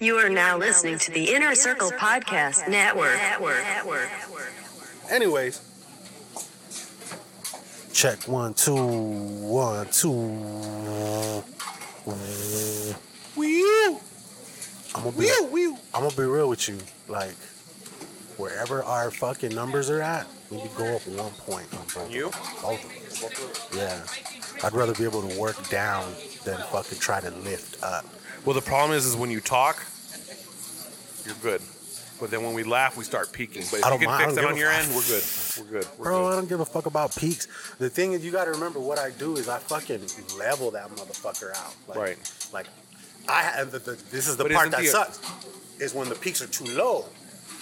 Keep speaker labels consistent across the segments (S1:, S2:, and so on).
S1: You are now listening to the Inner Circle Podcast Network.
S2: Anyways, check one, two, one, two. Wee! I'm gonna be, I'm gonna be real with you. Like, wherever our fucking numbers are at, we could go up one point on both.
S3: You?
S2: Both of us. Yeah. I'd rather be able to work down than fucking try to lift up.
S3: Well, the problem is, is when you talk, you're good. But then when we laugh, we start peaking. But if
S2: I
S3: you
S2: don't
S3: can
S2: mind- I
S3: fix
S2: don't
S3: that on
S2: give a
S3: your
S2: fuck.
S3: end, we're good. We're good. We're
S2: Bro, I
S3: good.
S2: don't give a fuck about peaks. The thing is, you got to remember what I do is I fucking level that motherfucker out. Like,
S3: Right.
S2: Like, I and the, the, this is the
S3: But
S2: part
S3: isn't
S2: that
S3: the-
S2: sucks is when the peaks are too low.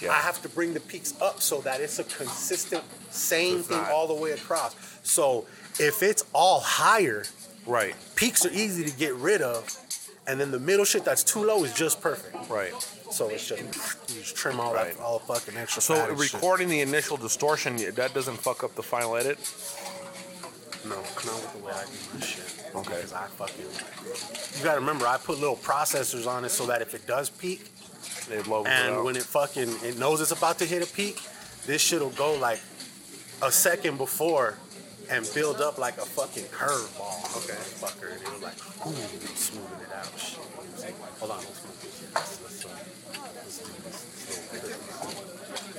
S3: Yeah.
S2: I have to bring the peaks up so that it's a consistent, same
S3: It's
S2: thing
S3: not.
S2: all the way across. So if it's all higher,
S3: Right,
S2: peaks are easy to get rid of, and then the middle shit that's too low is just perfect.
S3: right.
S2: So it's just you just trim all
S3: Right.
S2: that all fucking extra. fat
S3: So
S2: and shit.
S3: recording the initial distortion, that doesn't fuck up the final edit?
S2: No, not with the way I do my shit.
S3: Okay.
S2: Because I fucking. You gotta remember, I put little processors on it so that if it does peak,
S3: They love
S2: and
S3: it out.
S2: when it fucking it knows it's about to hit a peak, this shit'll go like a second before and build up like a fucking curveball. Okay. Fucker, and it'll like, ooh, smoothing it out. Shit. Hold on. Let's move this. Let's, let's, uh, let's do this. Let's do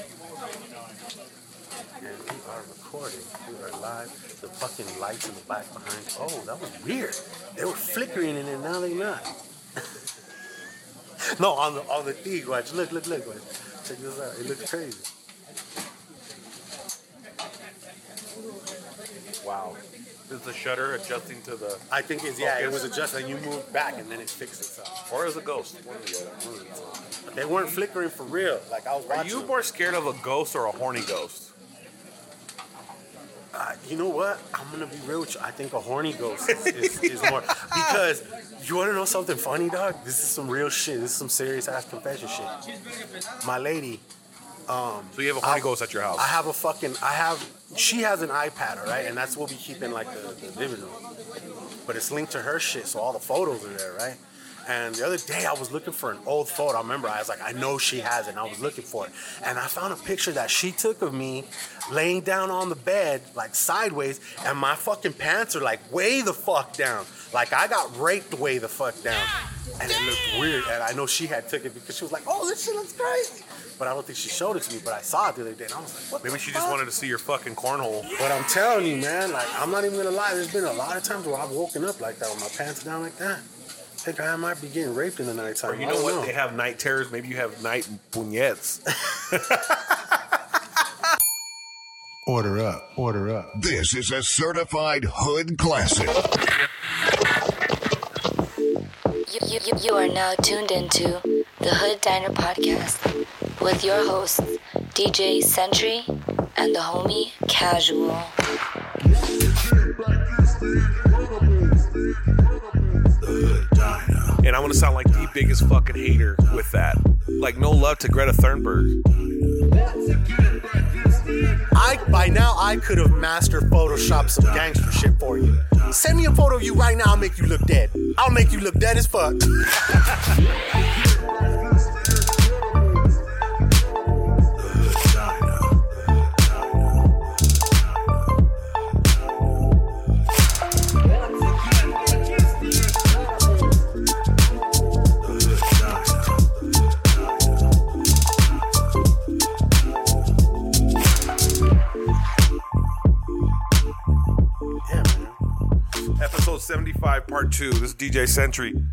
S2: this. And we are recording. We are live. The fucking lights in the back behind. Oh, that was weird. They were flickering and then now they not. No, on the on the thing, watch. Look, look, look, watch. Check this out. It looks crazy. Wow.
S3: Is the shutter adjusting to the,
S2: I think it's yeah, it
S3: Focus.
S2: was adjusting. You moved back and then it fixed itself.
S3: or is a ghost?
S2: But they weren't flickering for real. Like I was
S3: Are
S2: watching.
S3: you
S2: them.
S3: more scared of a ghost or a horny ghost?
S2: Uh, you know what? I'm gonna be real with you. I think a horny ghost is, is, is more because you wanna know something funny, dog? This is some real shit. This is some serious ass confession shit. My lady,
S3: So you have a horny ghost at your house?
S2: I have a fucking. I have. She has an iPad, all right, and that's what we keep in like the, the living room. But it's linked to her shit, so all the photos are there, right? And the other day, I was looking for an old photo. I remember I was like, I know she has it. And I was looking for it, and I found a picture that she took of me laying down on the bed, like sideways, and my fucking pants are like way the fuck down. Like I got raped way the fuck down, and it looked weird. And I know she had took it because she was like, Oh, this shit looks crazy. But I don't think she showed it to me. But I saw it the other day, and I was like, What?
S3: Maybe
S2: the
S3: she just
S2: fuck?
S3: wanted to see your fucking cornhole.
S2: But I'm telling you, man, like I'm not even gonna lie. There's been a lot of times where I've woken up like that with my pants down like that. I think I might be getting raped in the nighttime.
S3: Or you
S2: I
S3: know
S2: don't
S3: what? They have night terrors. Maybe you have night puñets.
S4: Order up, order up.
S5: This is a certified hood classic.
S6: You, you, you, you are now tuned into the Hood Diner Podcast with your hosts, DJ Sentry and the homie Casual.
S3: and I'm gonna sound like the biggest fucking hater with that. Like no love to Greta Thunberg.
S2: I by now I could have mastered Photoshop some gangster shit for you. Send me a photo of you right now. I'll make you look dead. I'll make you look dead as fuck. Yeah, man.
S3: Episode 75, part two. This is DJ Sentry, and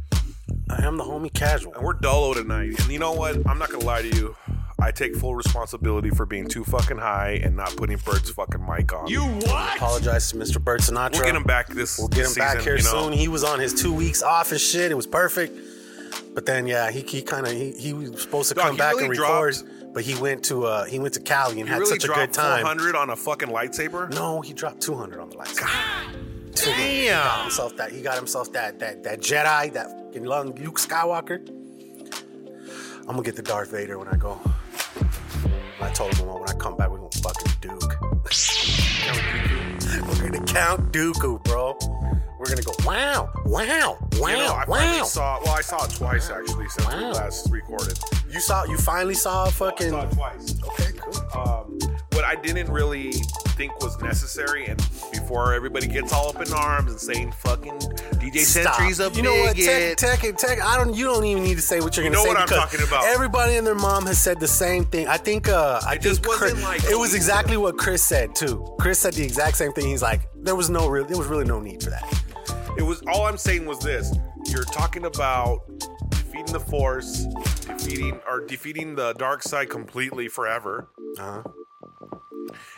S2: I am the homie casual.
S3: we're dolo tonight. And you know what? I'm not gonna lie to you. I take full responsibility for being too fucking high and not putting Bert's fucking mic on. You
S2: Apologize to Mr. Bert Sinatra.
S3: we'll get him back this.
S2: We'll get him
S3: season,
S2: back here
S3: you know.
S2: soon. He was on his two weeks off and shit. It was perfect. But then yeah, he, he kind of he, he was supposed to
S3: Dog,
S2: come
S3: he
S2: back
S3: really
S2: and record, but he went to uh he went to Cali and
S3: You
S2: had
S3: really
S2: such a
S3: dropped
S2: good time.
S3: 400 on a fucking lightsaber?
S2: No, he dropped 200 on the lights. He got
S3: Damn.
S2: himself that he got himself that that that Jedi, that fucking long Luke Skywalker. I'm gonna get the Darth Vader when I go. I told him when I come back we're gonna fucking duke. We're gonna count Dooku, bro. We're gonna go wow, wow, wow,
S3: You know, I
S2: wow.
S3: finally saw. Well, I saw it twice actually since we
S2: Wow.
S3: last recorded.
S2: you saw, you finally saw a
S3: I
S2: fucking.
S3: saw it twice.
S2: Okay, cool.
S3: um, what I didn't really think was necessary, and before everybody gets all up in arms and saying fucking DJ
S2: Stop.
S3: Sentry's a
S2: you know what? Tech,
S3: bigot.
S2: tech, and tech. I don't. You don't even need to say what you're
S3: You know
S2: gonna say.
S3: what I'm
S2: because
S3: talking about.
S2: Everybody and their mom has said the same thing. I think. Uh, I
S3: It
S2: think
S3: just wasn't,
S2: Chris-
S3: like,
S2: it was
S3: cohesive.
S2: exactly what Chris said too. Chris said the exact same thing. He's like, there was no real. There was really no need for that.
S3: It was all I'm saying was this: you're talking about defeating the Force, defeating or defeating the dark side completely forever,
S2: Uh-huh.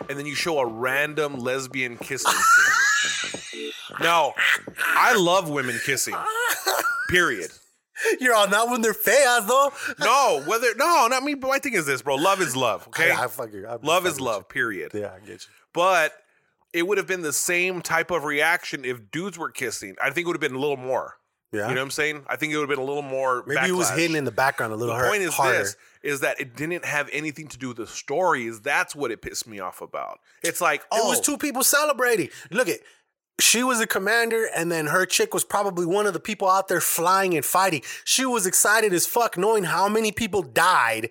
S3: and then you show a random lesbian kissing scene. Now, I love women kissing. Period.
S2: You're all not when they're feas though.
S3: No, whether no, not me. But my thing is this, bro: love is love. Okay,
S2: I, I fucking, I
S3: love is
S2: fucking-
S3: love. Period.
S2: Yeah, I get you.
S3: But it would have been the same type of reaction if dudes were kissing. I think it would have been a little more.
S2: Yeah.
S3: You know what I'm saying? I think it would have been a little more.
S2: Maybe it was
S3: backlash.
S2: hidden in the background a little
S3: The
S2: hard,
S3: point is
S2: harder.
S3: this: is that it didn't have anything to do with the story. Is that's what it pissed me off about? It's like oh,
S2: It was two people celebrating. Look at she was a commander, and then her chick was probably one of the people out there flying and fighting. She was excited as fuck, knowing how many people died,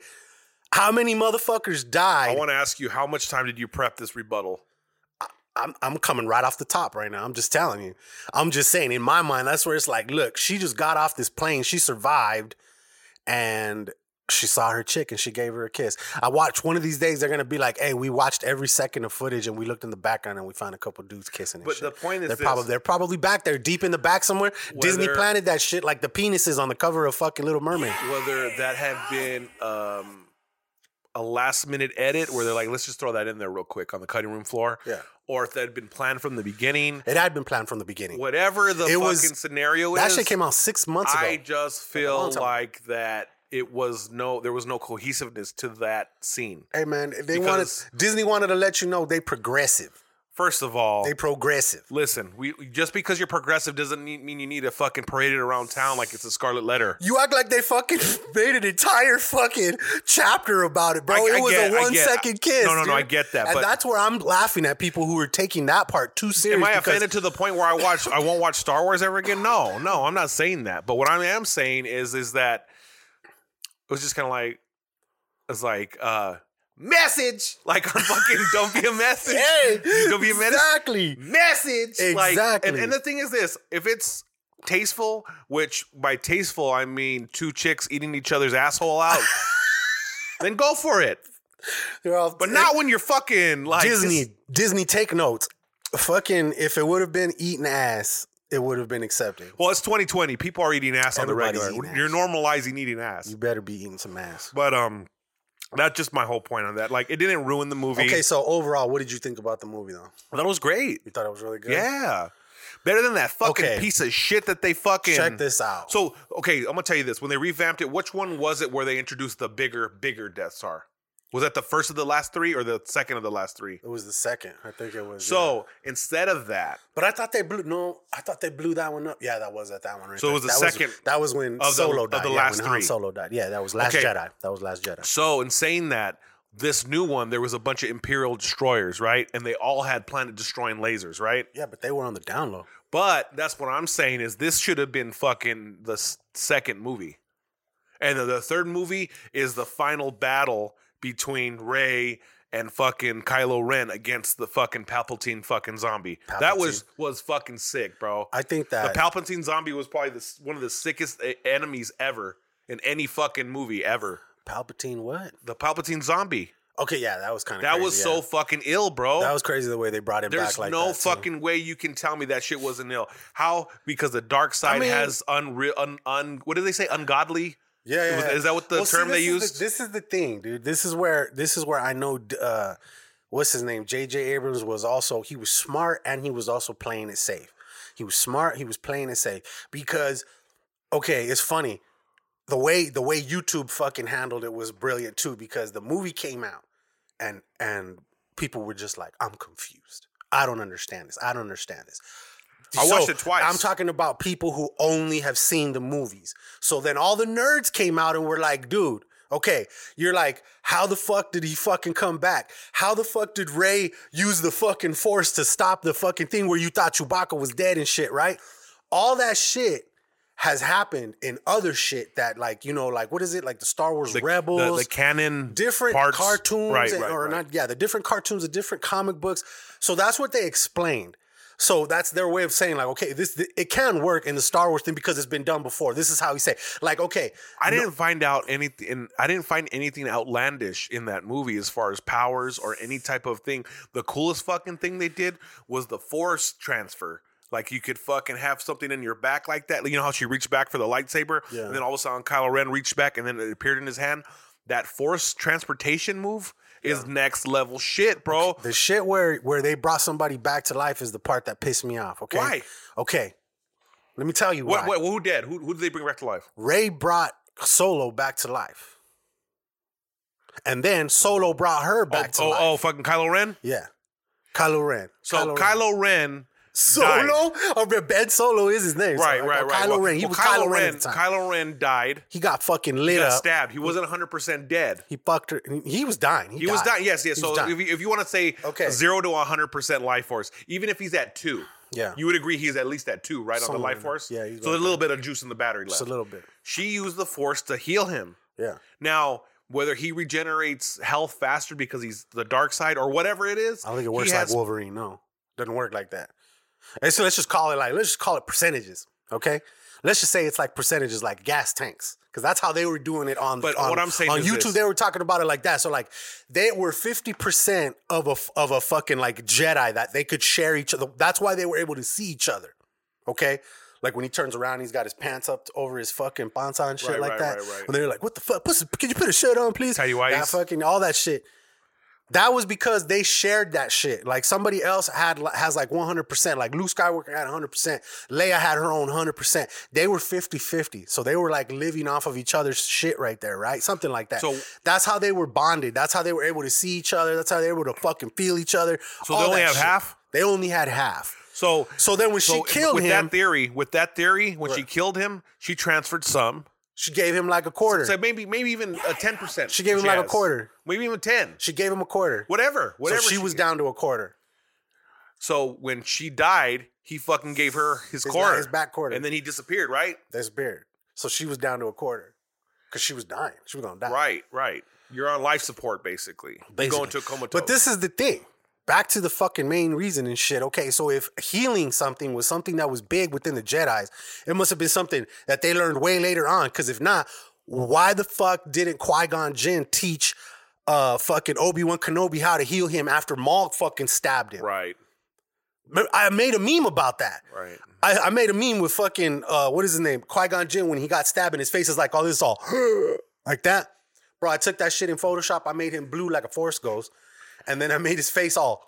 S2: how many motherfuckers
S3: I
S2: died.
S3: want to ask you, how much time did you prep this rebuttal?
S2: I'm, I'm coming right off the top right now. I'm just telling you. I'm just saying, in my mind, that's where it's like, look, she just got off this plane. She survived and she saw her chick and she gave her a kiss. I watched one of these days, they're going to be like, hey, we watched every second of footage and we looked in the background and we found a couple dudes kissing. And
S3: But
S2: shit.
S3: the point is
S2: they're,
S3: this-
S2: probably, they're probably back there deep in the back somewhere. Disney
S3: Whether-
S2: planted that shit like the penises on the cover of fucking Little Mermaid.
S3: Whether that had been um, a last minute edit where they're like, let's just throw that in there real quick on the cutting room floor,
S2: Yeah.
S3: or if that had been planned from the beginning,
S2: It had been planned from the beginning.
S3: whatever the
S2: It
S3: fucking
S2: was-
S3: scenario
S2: that
S3: is.
S2: shit came out six months ago.
S3: I just feel
S2: long time.
S3: like that it was no, there was no cohesiveness to that scene.
S2: hey, man, they
S3: Because-
S2: wanted, Disney wanted to let you know they progressive.
S3: First of all,
S2: They progressive.
S3: Listen, we we- just because you're progressive doesn't need, mean you need to fucking parade it around town like it's a scarlet letter.
S2: You act like they fucking made an entire fucking chapter about it, bro.
S3: I- I
S2: it was
S3: get-
S2: a
S3: I
S2: one
S3: get-
S2: second kiss.
S3: No, no, no,
S2: dude.
S3: I get that,
S2: And
S3: but-
S2: that's where I'm laughing at people who are taking that part too serious.
S3: Am I
S2: because-
S3: offended to the point where I watch I won't watch Star Wars ever again? No, no, I'm not saying that. But what I am saying is is that it was just kind of like it's like uh message like on fucking don't be a message.
S2: Hey,
S3: don't be a menace.
S2: exactly.
S3: message. Like, and,
S2: Exactly.
S3: and the thing is this: if it's tasteful, which by tasteful I mean two chicks eating each other's asshole out, then go for it.
S2: They're all-
S3: But not when you're fucking like
S2: Disney.
S3: just-
S2: Disney, take notes. Fucking, if it would have been eating ass, it would have been accepted.
S3: well, it's 2020. People are eating ass on the
S2: Everybody's
S3: regular.
S2: eating
S3: You're
S2: ass.
S3: normalizing eating ass.
S2: You better be eating some ass.
S3: But um, that's just my whole point on that. Like, it didn't ruin the movie.
S2: Okay, so overall, what did you think about the movie though?
S3: that was great.
S2: You thought it was really good.
S3: Yeah. Better than that fucking
S2: Okay.
S3: piece of shit that they fucking
S2: Check this out.
S3: So okay, I'm gonna tell you this. When they revamped it, which one was it where they introduced the bigger, bigger Death Star? Was that the first of the last three or the second of the last three?
S2: it was the second. I think it was. yeah.
S3: So instead of that,
S2: But I thought they blew no. I thought they blew that one up. Yeah, that was at that one. Right
S3: So it
S2: there.
S3: was the
S2: that
S3: second
S2: that was when
S3: of the-
S2: Solo
S3: of
S2: died.
S3: the
S2: yeah,
S3: last
S2: when Han
S3: three.
S2: Solo died. Yeah, that was Last
S3: Okay.
S2: Jedi. That was Last Jedi.
S3: so in saying that, this new one, there was a bunch of Imperial destroyers, right? And they all had planet destroying lasers, right?
S2: Yeah, but they were on the down low.
S3: But that's what I'm saying is this should have been fucking the s- second movie, and the, the third movie is the final battle between Ray and fucking Kylo Ren against the fucking Palpatine fucking zombie. That was was fucking sick, bro.
S2: I think
S3: the
S2: that
S3: Palpatine zombie was probably the, s- one of the sickest e- enemies ever in any fucking movie ever.
S2: Palpatine. What?
S3: The Palpatine zombie.
S2: Okay, yeah, that was kind of
S3: That was so fucking ill, bro.
S2: that was crazy the way they brought it
S3: There's
S2: back. Like
S3: no
S2: that, too.
S3: fucking way you can tell me that shit wasn't ill. How? Because the dark side
S2: mean-
S3: has unreal, un, un, what do they say? Ungodly.
S2: Yeah, yeah,
S3: Was-
S2: yeah.
S3: is that what the term
S2: this
S3: they
S2: is the-
S3: used?
S2: this is the thing, dude. This is where this is where I know. d- Uh, what's his name? J.J. Abrams was also he was smart and he was also playing it safe. He was smart. He was playing it safe because okay, it's funny the way the way YouTube fucking handled it was brilliant too because the movie came out and and people were just like, I'm confused. I don't understand this. I don't understand this.
S3: I watched it twice.
S2: I'm talking about people who only have seen the movies. So then all the nerds came out and were like, dude, Okay, you're like, how the fuck did he fucking come back? How the fuck did Ray use the fucking force to stop the fucking thing where you thought Chewbacca was dead and shit, right? All that shit has happened in other shit that, like, you know, like what is it, like the Star Wars
S3: The,
S2: Rebels,
S3: the, the canon,
S2: different
S3: parts.
S2: cartoons
S3: right,
S2: and-
S3: right,
S2: or
S3: right.
S2: not yeah the different cartoons the different comic books so that's what they explained so that's their way of saying like okay this th- it can work in the star wars thing because it's been done before this is how we say like okay
S3: I didn't find out anything. I didn't find anything outlandish in that movie as far as powers or any type of thing. The coolest fucking thing they did was the force transfer. Like you could fucking have something in your back like that. You know how she reached back for the lightsaber,
S2: Yeah.
S3: and then all of a sudden Kylo Ren reached back, and then it appeared in his hand. That force transportation move is next level shit, bro.
S2: the shit where where they brought somebody back to life is the part that pissed me off okay
S3: Why?
S2: okay let me tell you
S3: What,
S2: why
S3: what? Who dead? Who? Who did they bring back to life?
S2: ray brought solo back to life and then solo brought her back to
S3: oh,
S2: life
S3: oh, fucking Kylo Ren.
S2: yeah Kylo Ren.
S3: So
S2: Ren.
S3: Kylo Ren
S2: Solo? Or Ben Solo is his name. so,
S3: Right,
S2: like,
S3: right,
S2: oh,
S3: right.
S2: Kylo
S3: Well-
S2: Ren. He
S3: well,
S2: was Kylo, Ren, at the time.
S3: Kylo Ren died.
S2: he got fucking lit
S3: He got
S2: up.
S3: stabbed. He wasn't 100% dead.
S2: He fucked her. He was dying. He,
S3: He was dying. Yes, yes.
S2: He
S3: So
S2: was dying.
S3: if you, if you want to say
S2: Okay.
S3: zero to 100% life force, even if he's at two,
S2: Yeah.
S3: you would agree he's at least at two, right, on
S2: Somewhere
S3: the life
S2: in-
S3: force?
S2: yeah,
S3: So
S2: he's
S3: there's a
S2: like
S3: little bit of juice in the battery left.
S2: Just a little bit.
S3: She used the force to heal him.
S2: Yeah.
S3: Now, whether he regenerates health faster because he's the dark side or whatever it is,
S2: I don't think
S3: he
S2: it works
S3: has-
S2: like Wolverine. No. Doesn't work like that. And so let's just call it like, let's just call it percentages. Okay? Let's just say it's like percentages, like gas tanks. Because that's how they were doing it on
S3: But
S2: on,
S3: what I'm saying
S2: on
S3: is
S2: YouTube,
S3: this.
S2: they were talking about it like that. So like they were 50% of a of a fucking like Jedi that they could share each other. That's why they were able to see each other. Okay? Like when he turns around, he's got his pants up over his fucking panza and shit
S3: Right,
S2: like
S3: right,
S2: that.
S3: right, right.
S2: When they're like, "What the fuck? Put some, can you put a shirt on, please?"
S3: Tell you why
S2: that
S3: he's-
S2: fucking all that shit. That was because they shared that shit. Like somebody else had has like 100%. Like Luke Skywalker had 100%. Leia had her own 100%. They were 50-50. So they were like living off of each other's shit right there, right? Something like that.
S3: So-
S2: that's how they were bonded. That's how they were able to see each other. That's how they were able to fucking feel each other.
S3: So they
S2: all
S3: only
S2: that
S3: have half?
S2: They only had half.
S3: So,
S2: So then when she killed
S3: with
S2: him-
S3: that theory, with that theory, when she killed him, she transferred some.
S2: She gave him like a quarter.
S3: So maybe maybe even a ten percent.
S2: She gave him like a quarter.
S3: Maybe even ten.
S2: she gave him a quarter.
S3: Whatever. Whatever.
S2: so she, was
S3: gave.
S2: down to a quarter.
S3: So when she died, he fucking gave her his,
S2: His
S3: quarter,
S2: back- his back quarter.
S3: and then he disappeared. Right.
S2: That's beard. So she was down to a quarter. Cause she was dying. She was gonna die.
S3: Right. Right. You're on life support basically. You're
S2: basically.
S3: Going to a comatose.
S2: But this is the thing. Back to the fucking main reason and shit. Okay, so if healing something was something that was big within the Jedi's, it must have been something that they learned way later on. Because if not, why the fuck didn't Qui Gon Jinn teach uh fucking Obi Wan Kenobi how to heal him after Maul fucking stabbed him?
S3: Right.
S2: I made a meme about that.
S3: Right.
S2: I, I made a meme with fucking uh, what is his name? Qui Gon Jinn when he got stabbed and his face is like all this all like that. Bro, I took that shit in Photoshop. I made him blue like a force ghost, and then I made his face all.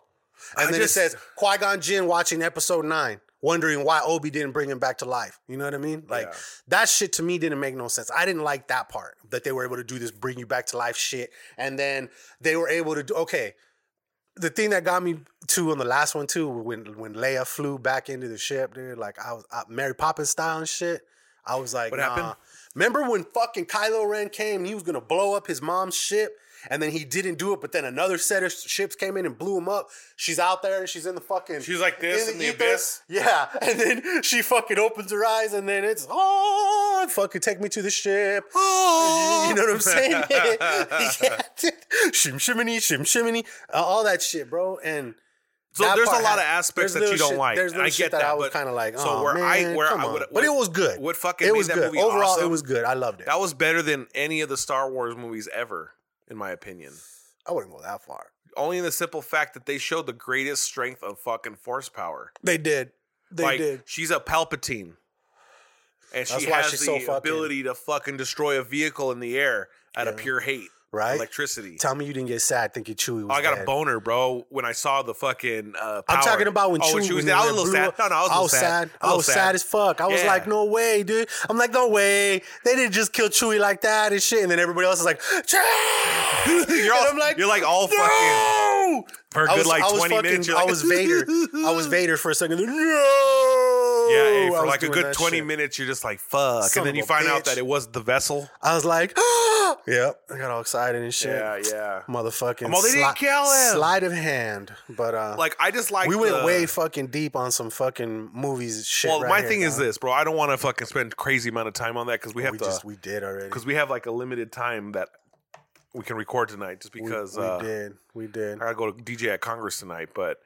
S2: And
S3: I
S2: then
S3: just-
S2: it says Qui Gon Jinn watching episode nine, wondering why Obi didn't bring him back to life. You know what I mean? Like
S3: Yeah.
S2: that shit to me didn't make no sense. I didn't like that part that they were able to do this bring you back to life shit, and then they were able to do okay the thing that got me too on the last one too when when Leia flew back into the ship, dude. Like I was I, Mary Poppins style and shit. I was like,
S3: What
S2: nah.
S3: happened?
S2: Remember when fucking Kylo Ren came and he was gonna blow up his mom's ship, and then he didn't do it. But then another set of ships came in and blew him up. She's out there and she's in the fucking.
S3: She's like this in the
S2: ether.
S3: abyss.
S2: Yeah, and then she fucking opens her eyes, and then it's oh, fucking take me to the ship. Oh, you know what I'm saying? yeah, dude. shim shimmy, shim shimmy, uh, all that shit, bro. And
S3: So
S2: that
S3: there's
S2: part
S3: a lot
S2: had-
S3: of aspects
S2: there's
S3: that
S2: little
S3: you don't
S2: shit-
S3: like.
S2: There's
S3: I
S2: little
S3: get
S2: shit that,
S3: that,
S2: I was
S3: but-
S2: kind of like, oh,
S3: so where I-
S2: man,
S3: where I
S2: come on."
S3: would-
S2: but it was good.
S3: what fucking
S2: it
S3: made
S2: was
S3: that
S2: good.
S3: movie
S2: Overall, it
S3: awesome-
S2: was good. I loved it.
S3: That was better than any of the Star Wars movies ever, in my opinion.
S2: I wouldn't go that far.
S3: Only in the simple fact that they showed the greatest strength of fucking force power.
S2: They did. They
S3: like,
S2: did.
S3: She's a Palpatine, and
S2: That's
S3: she
S2: why
S3: has
S2: she's
S3: the
S2: so fucking-
S3: ability to fucking destroy a vehicle in the air out of pure hate,
S2: Right?
S3: Electricity.
S2: Tell me you didn't get sad thinking Chewie was.
S3: Oh, I got a
S2: dead.
S3: boner, bro, when I saw the fucking. Uh, power.
S2: I'm talking about when
S3: oh,
S2: Chewie
S3: when she was
S2: when
S3: dead. I was
S2: they
S3: a little
S2: blew
S3: sad.
S2: up-
S3: No, no, I was, a
S2: I
S3: little
S2: was sad.
S3: was
S2: I was sad. as fuck. I was
S3: Yeah.
S2: like, no way, dude. I'm like, no way. They didn't just kill Chewie like that and shit. And then everybody else is like, Chewie.
S3: You're all-
S2: And
S3: you're like all
S2: no!
S3: For a
S2: I
S3: good,
S2: was-
S3: like,
S2: I was
S3: 20 minutes,
S2: fucking-
S3: you're like-
S2: I was Vader. I was Vader for a second. No. Oh,
S3: Yeah, hey,
S2: I
S3: for
S2: was
S3: like a
S2: doing
S3: good
S2: that
S3: 20
S2: shit.
S3: minutes, you're just like, fuck.
S2: Son
S3: and then
S2: of
S3: you
S2: a
S3: find out
S2: bitch.
S3: that it was the vessel.
S2: I was like, ah! yep. I got all excited and shit.
S3: yeah.
S2: Motherfucking
S3: Well, they didn't kill him.
S2: sleight of hand, but uh,
S3: Like, I just like
S2: we went
S3: the-
S2: way fucking deep on some fucking movies and shit.
S3: Well,
S2: right
S3: my
S2: here,
S3: thing is
S2: dog.
S3: this, bro. I don't want to fucking spend crazy amount of time on that because we have
S2: we
S3: to.
S2: just we did already.
S3: because we have like a limited time that we can record tonight just
S2: We-
S3: because
S2: we,
S3: uh,
S2: did, we did.
S3: I gotta go to DJ at Congress tonight. But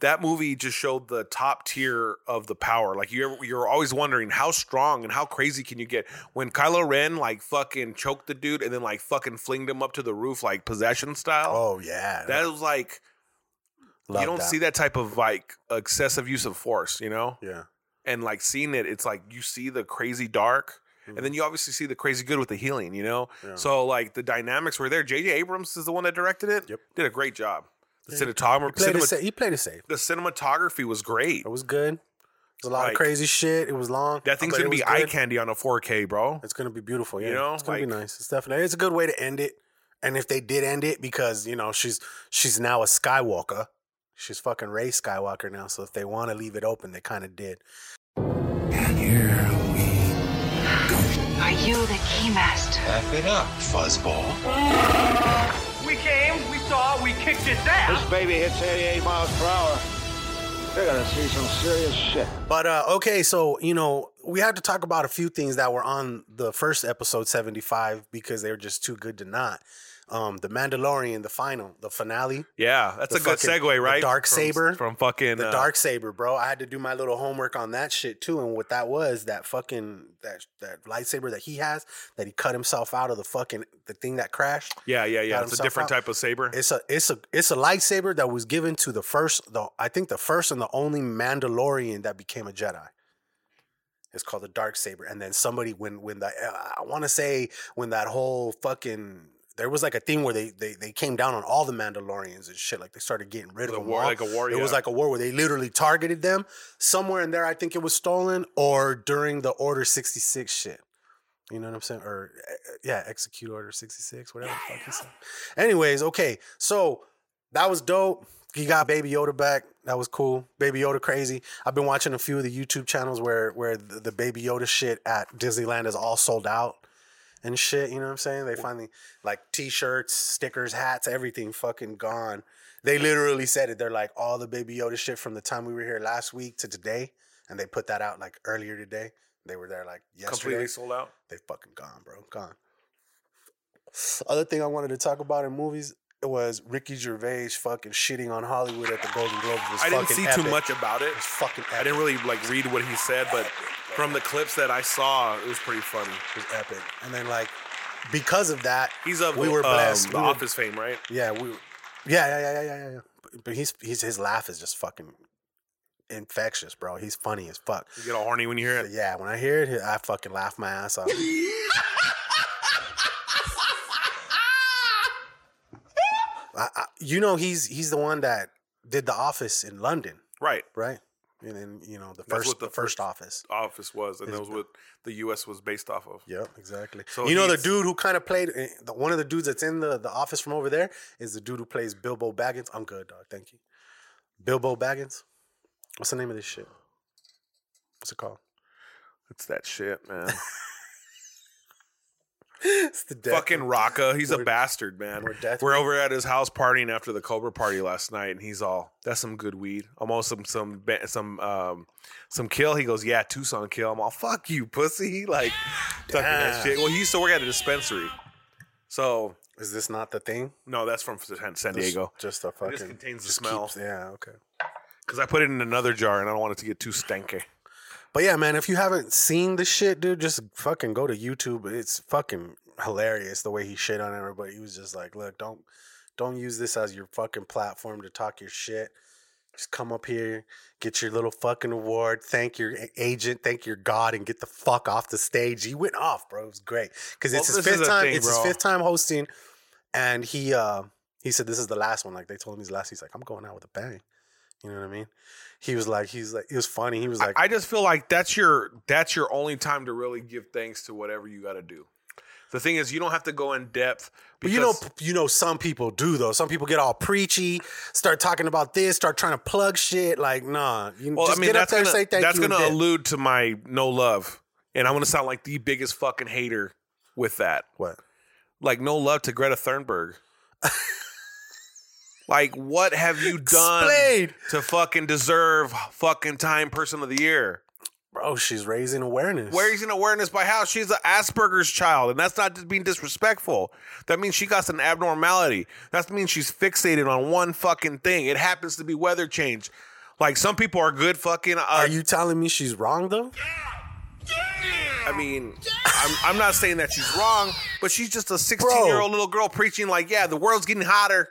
S3: that movie just showed the top tier of the power. Like you ever, you're always wondering how strong and how crazy can you get when Kylo Ren like fucking choked the dude and then like fucking flinged him up to the roof like possession style.
S2: Oh yeah,
S3: that was like
S2: Love
S3: you don't see that type of like excessive use of force, you know?
S2: Yeah,
S3: and like seeing it, it's like you see the crazy dark, and then you obviously see the crazy good with the healing, you know.
S2: Mm-hmm. Yeah.
S3: So like the dynamics were there. J.J. Abrams is the one that directed it.
S2: Yep.
S3: did a great job. The cinematography,
S2: played it sa- he played it safe.
S3: the cinematography was great.
S2: It was good. It was a lot
S3: Like,
S2: of crazy shit. It was long.
S3: That thing's
S2: but it
S3: gonna be
S2: was
S3: eye
S2: good.
S3: candy on a 4K, bro.
S2: It's gonna be beautiful. Yeah,
S3: You know,
S2: it's gonna be
S3: like-
S2: nice. It's definitely it's a good way to end it. And if they did end it, because you know she's she's now a Skywalker, she's fucking Ray Skywalker now. So if they want to leave it open, they kind of did.
S7: Are you the keymaster?
S8: We came, we saw, we kicked it down.
S9: This baby hits 88 miles per hour. They're gonna see some serious shit.
S2: But uh, okay, so you know we have to talk about a few things that were on the first episode seventy five because they were just too good to not. Um, the Mandalorian, the final, the finale.
S3: Yeah, that's
S2: The
S3: a good
S2: fucking-
S3: segue,
S2: the
S3: right?
S2: dark
S3: From-
S2: saber.
S3: from fucking
S2: the
S3: uh,
S2: dark saber, bro. I had to do my little homework on that shit too, and what that was that fucking that that lightsaber that he has that he cut himself out of the fucking the thing that crashed.
S3: Yeah, yeah, yeah.
S2: got
S3: It's a
S2: himself
S3: different
S2: out.
S3: type of saber.
S2: It's a it's a it's a lightsaber that was given to the first the I think the first and the only Mandalorian that became a Jedi. It's called the dark saber, and then somebody when when the uh, I want to say when that whole fucking there was like a thing where they, they they came down on all the Mandalorians and shit. Like they started getting rid of
S3: The
S2: them
S3: war-
S2: all.
S3: like a war,
S2: It was
S3: yeah.
S2: like a war where they literally targeted them somewhere in there. I think it was stolen or during the Order sixty six shit. You know what I'm saying? Or uh, yeah, execute order 66, whatever the fuck he said. Anyways, okay. So that was dope. He got Baby Yoda back. That was cool. Baby Yoda crazy. I've been watching a few of the YouTube channels where where the, the Baby Yoda shit at Disneyland is all sold out and shit. You know what I'm saying? They finally like t-shirts, stickers, hats, everything fucking gone. They literally said it. They're like all the Baby Yoda shit from the time we were here last week to today, and they put that out like earlier today. They were there like yesterday
S3: completely sold out.
S2: they fucking gone, bro. Gone. Other thing I wanted to talk about in movies was Ricky Gervais fucking shitting on Hollywood at the Golden Globes. Was
S3: I didn't
S2: fucking
S3: see
S2: epic.
S3: too much about it.
S2: It was fucking epic.
S3: I didn't really like read what he said, but from the clips that I saw, it was pretty funny.
S2: It was epic. And then like because of that,
S3: He's of
S2: we were
S3: um,
S2: blessed.
S3: the
S2: We were-
S3: Office fame, right?
S2: yeah, we. were- Yeah, yeah, yeah, yeah, yeah, yeah, yeah. But, but he's, he's his laugh is just fucking infectious, bro. He's funny as fuck.
S3: You get all horny when you hear
S2: But
S3: it.
S2: yeah, when I hear it, I fucking laugh my ass off. I, I, you know, he's he's the one that did the office in London,
S3: Right.
S2: right? And then you know the
S3: That's
S2: first
S3: what
S2: the,
S3: the
S2: first
S3: first-
S2: office.
S3: Office was, and that
S2: His-
S3: was what the U.S. was based off of.
S2: Yep, exactly.
S3: So
S2: you know the
S3: he's-
S2: dude who kind of played eh, the, one of the dudes that's in the, the office from over there is the dude who plays Bilbo Baggins. I'm good, dog. Thank you. Bilbo Baggins. What's the name of this shit? What's it called?
S3: It's that shit, man.
S2: It's the death-
S3: Fucking Rocca, he's a
S2: We're-
S3: bastard, man.
S2: we're death-
S3: We're over at his house partying after the Cobra party last night, and he's all, "That's some good weed." I'm on some some ba- some um some kill. He goes, "Yeah, Tucson kill." I'm all, "Fuck you, pussy!" Like talking that
S2: Damn.
S3: shit. Well, he used to work at a dispensary, so
S2: Is this not the thing?
S3: no, that's from San San
S2: Just-
S3: Diego.
S2: Just a fucking.
S3: It just contains the
S2: just
S3: smell
S2: keeps- yeah. Okay.
S3: because I put it in another jar, and I don't want it to get too stanky.
S2: But yeah, man, if you haven't seen this shit, dude, just fucking go to YouTube. It's fucking hilarious the way he shit on everybody. He was just like, look, don't don't use this as your fucking platform to talk your shit. Just come up here, get your little fucking award, thank your a- agent, thank your god, and get the fuck off the stage. He went off, bro. It was great because it's
S3: Well,
S2: his
S3: this is
S2: fifth
S3: the
S2: time.
S3: thing,
S2: it's
S3: bro.
S2: his fifth time hosting, and he uh he said this is the last one. Like they told him he's last. He's like, I'm going out with a bang. You know what I mean? He was like, he's like, it was funny. He was like,
S3: I just feel like that's your that's your only time to really give thanks to whatever you got to do. The thing is, you don't have to go in depth.
S2: But
S3: Because,
S2: you know, you know, some people do though. Some people get all preachy, start talking about this, start trying to plug shit. Like, nah, you
S3: well,
S2: just
S3: I mean,
S2: get up
S3: that's
S2: there,
S3: gonna,
S2: say thank
S3: that's
S2: you. and
S3: gonna
S2: dip.
S3: allude to my no love, and I'm gonna sound like the biggest fucking hater with that.
S2: what?
S3: Like no love to Greta Thunberg. like what have you done
S2: Explain.
S3: to fucking deserve fucking Time Person of the Year?
S2: Bro, she's raising awareness.
S3: Where is an awareness by how she's an Asperger's child, and that's not just being disrespectful. That means she got an abnormality. That means she's fixated on one fucking thing. It happens to be weather change. Like some people are good fucking. Uh,
S2: Are you telling me she's wrong though?
S3: I mean, I'm, I'm not saying that she's wrong, but she's just a 16
S2: Bro.
S3: year old little girl preaching like, yeah, the world's getting hotter.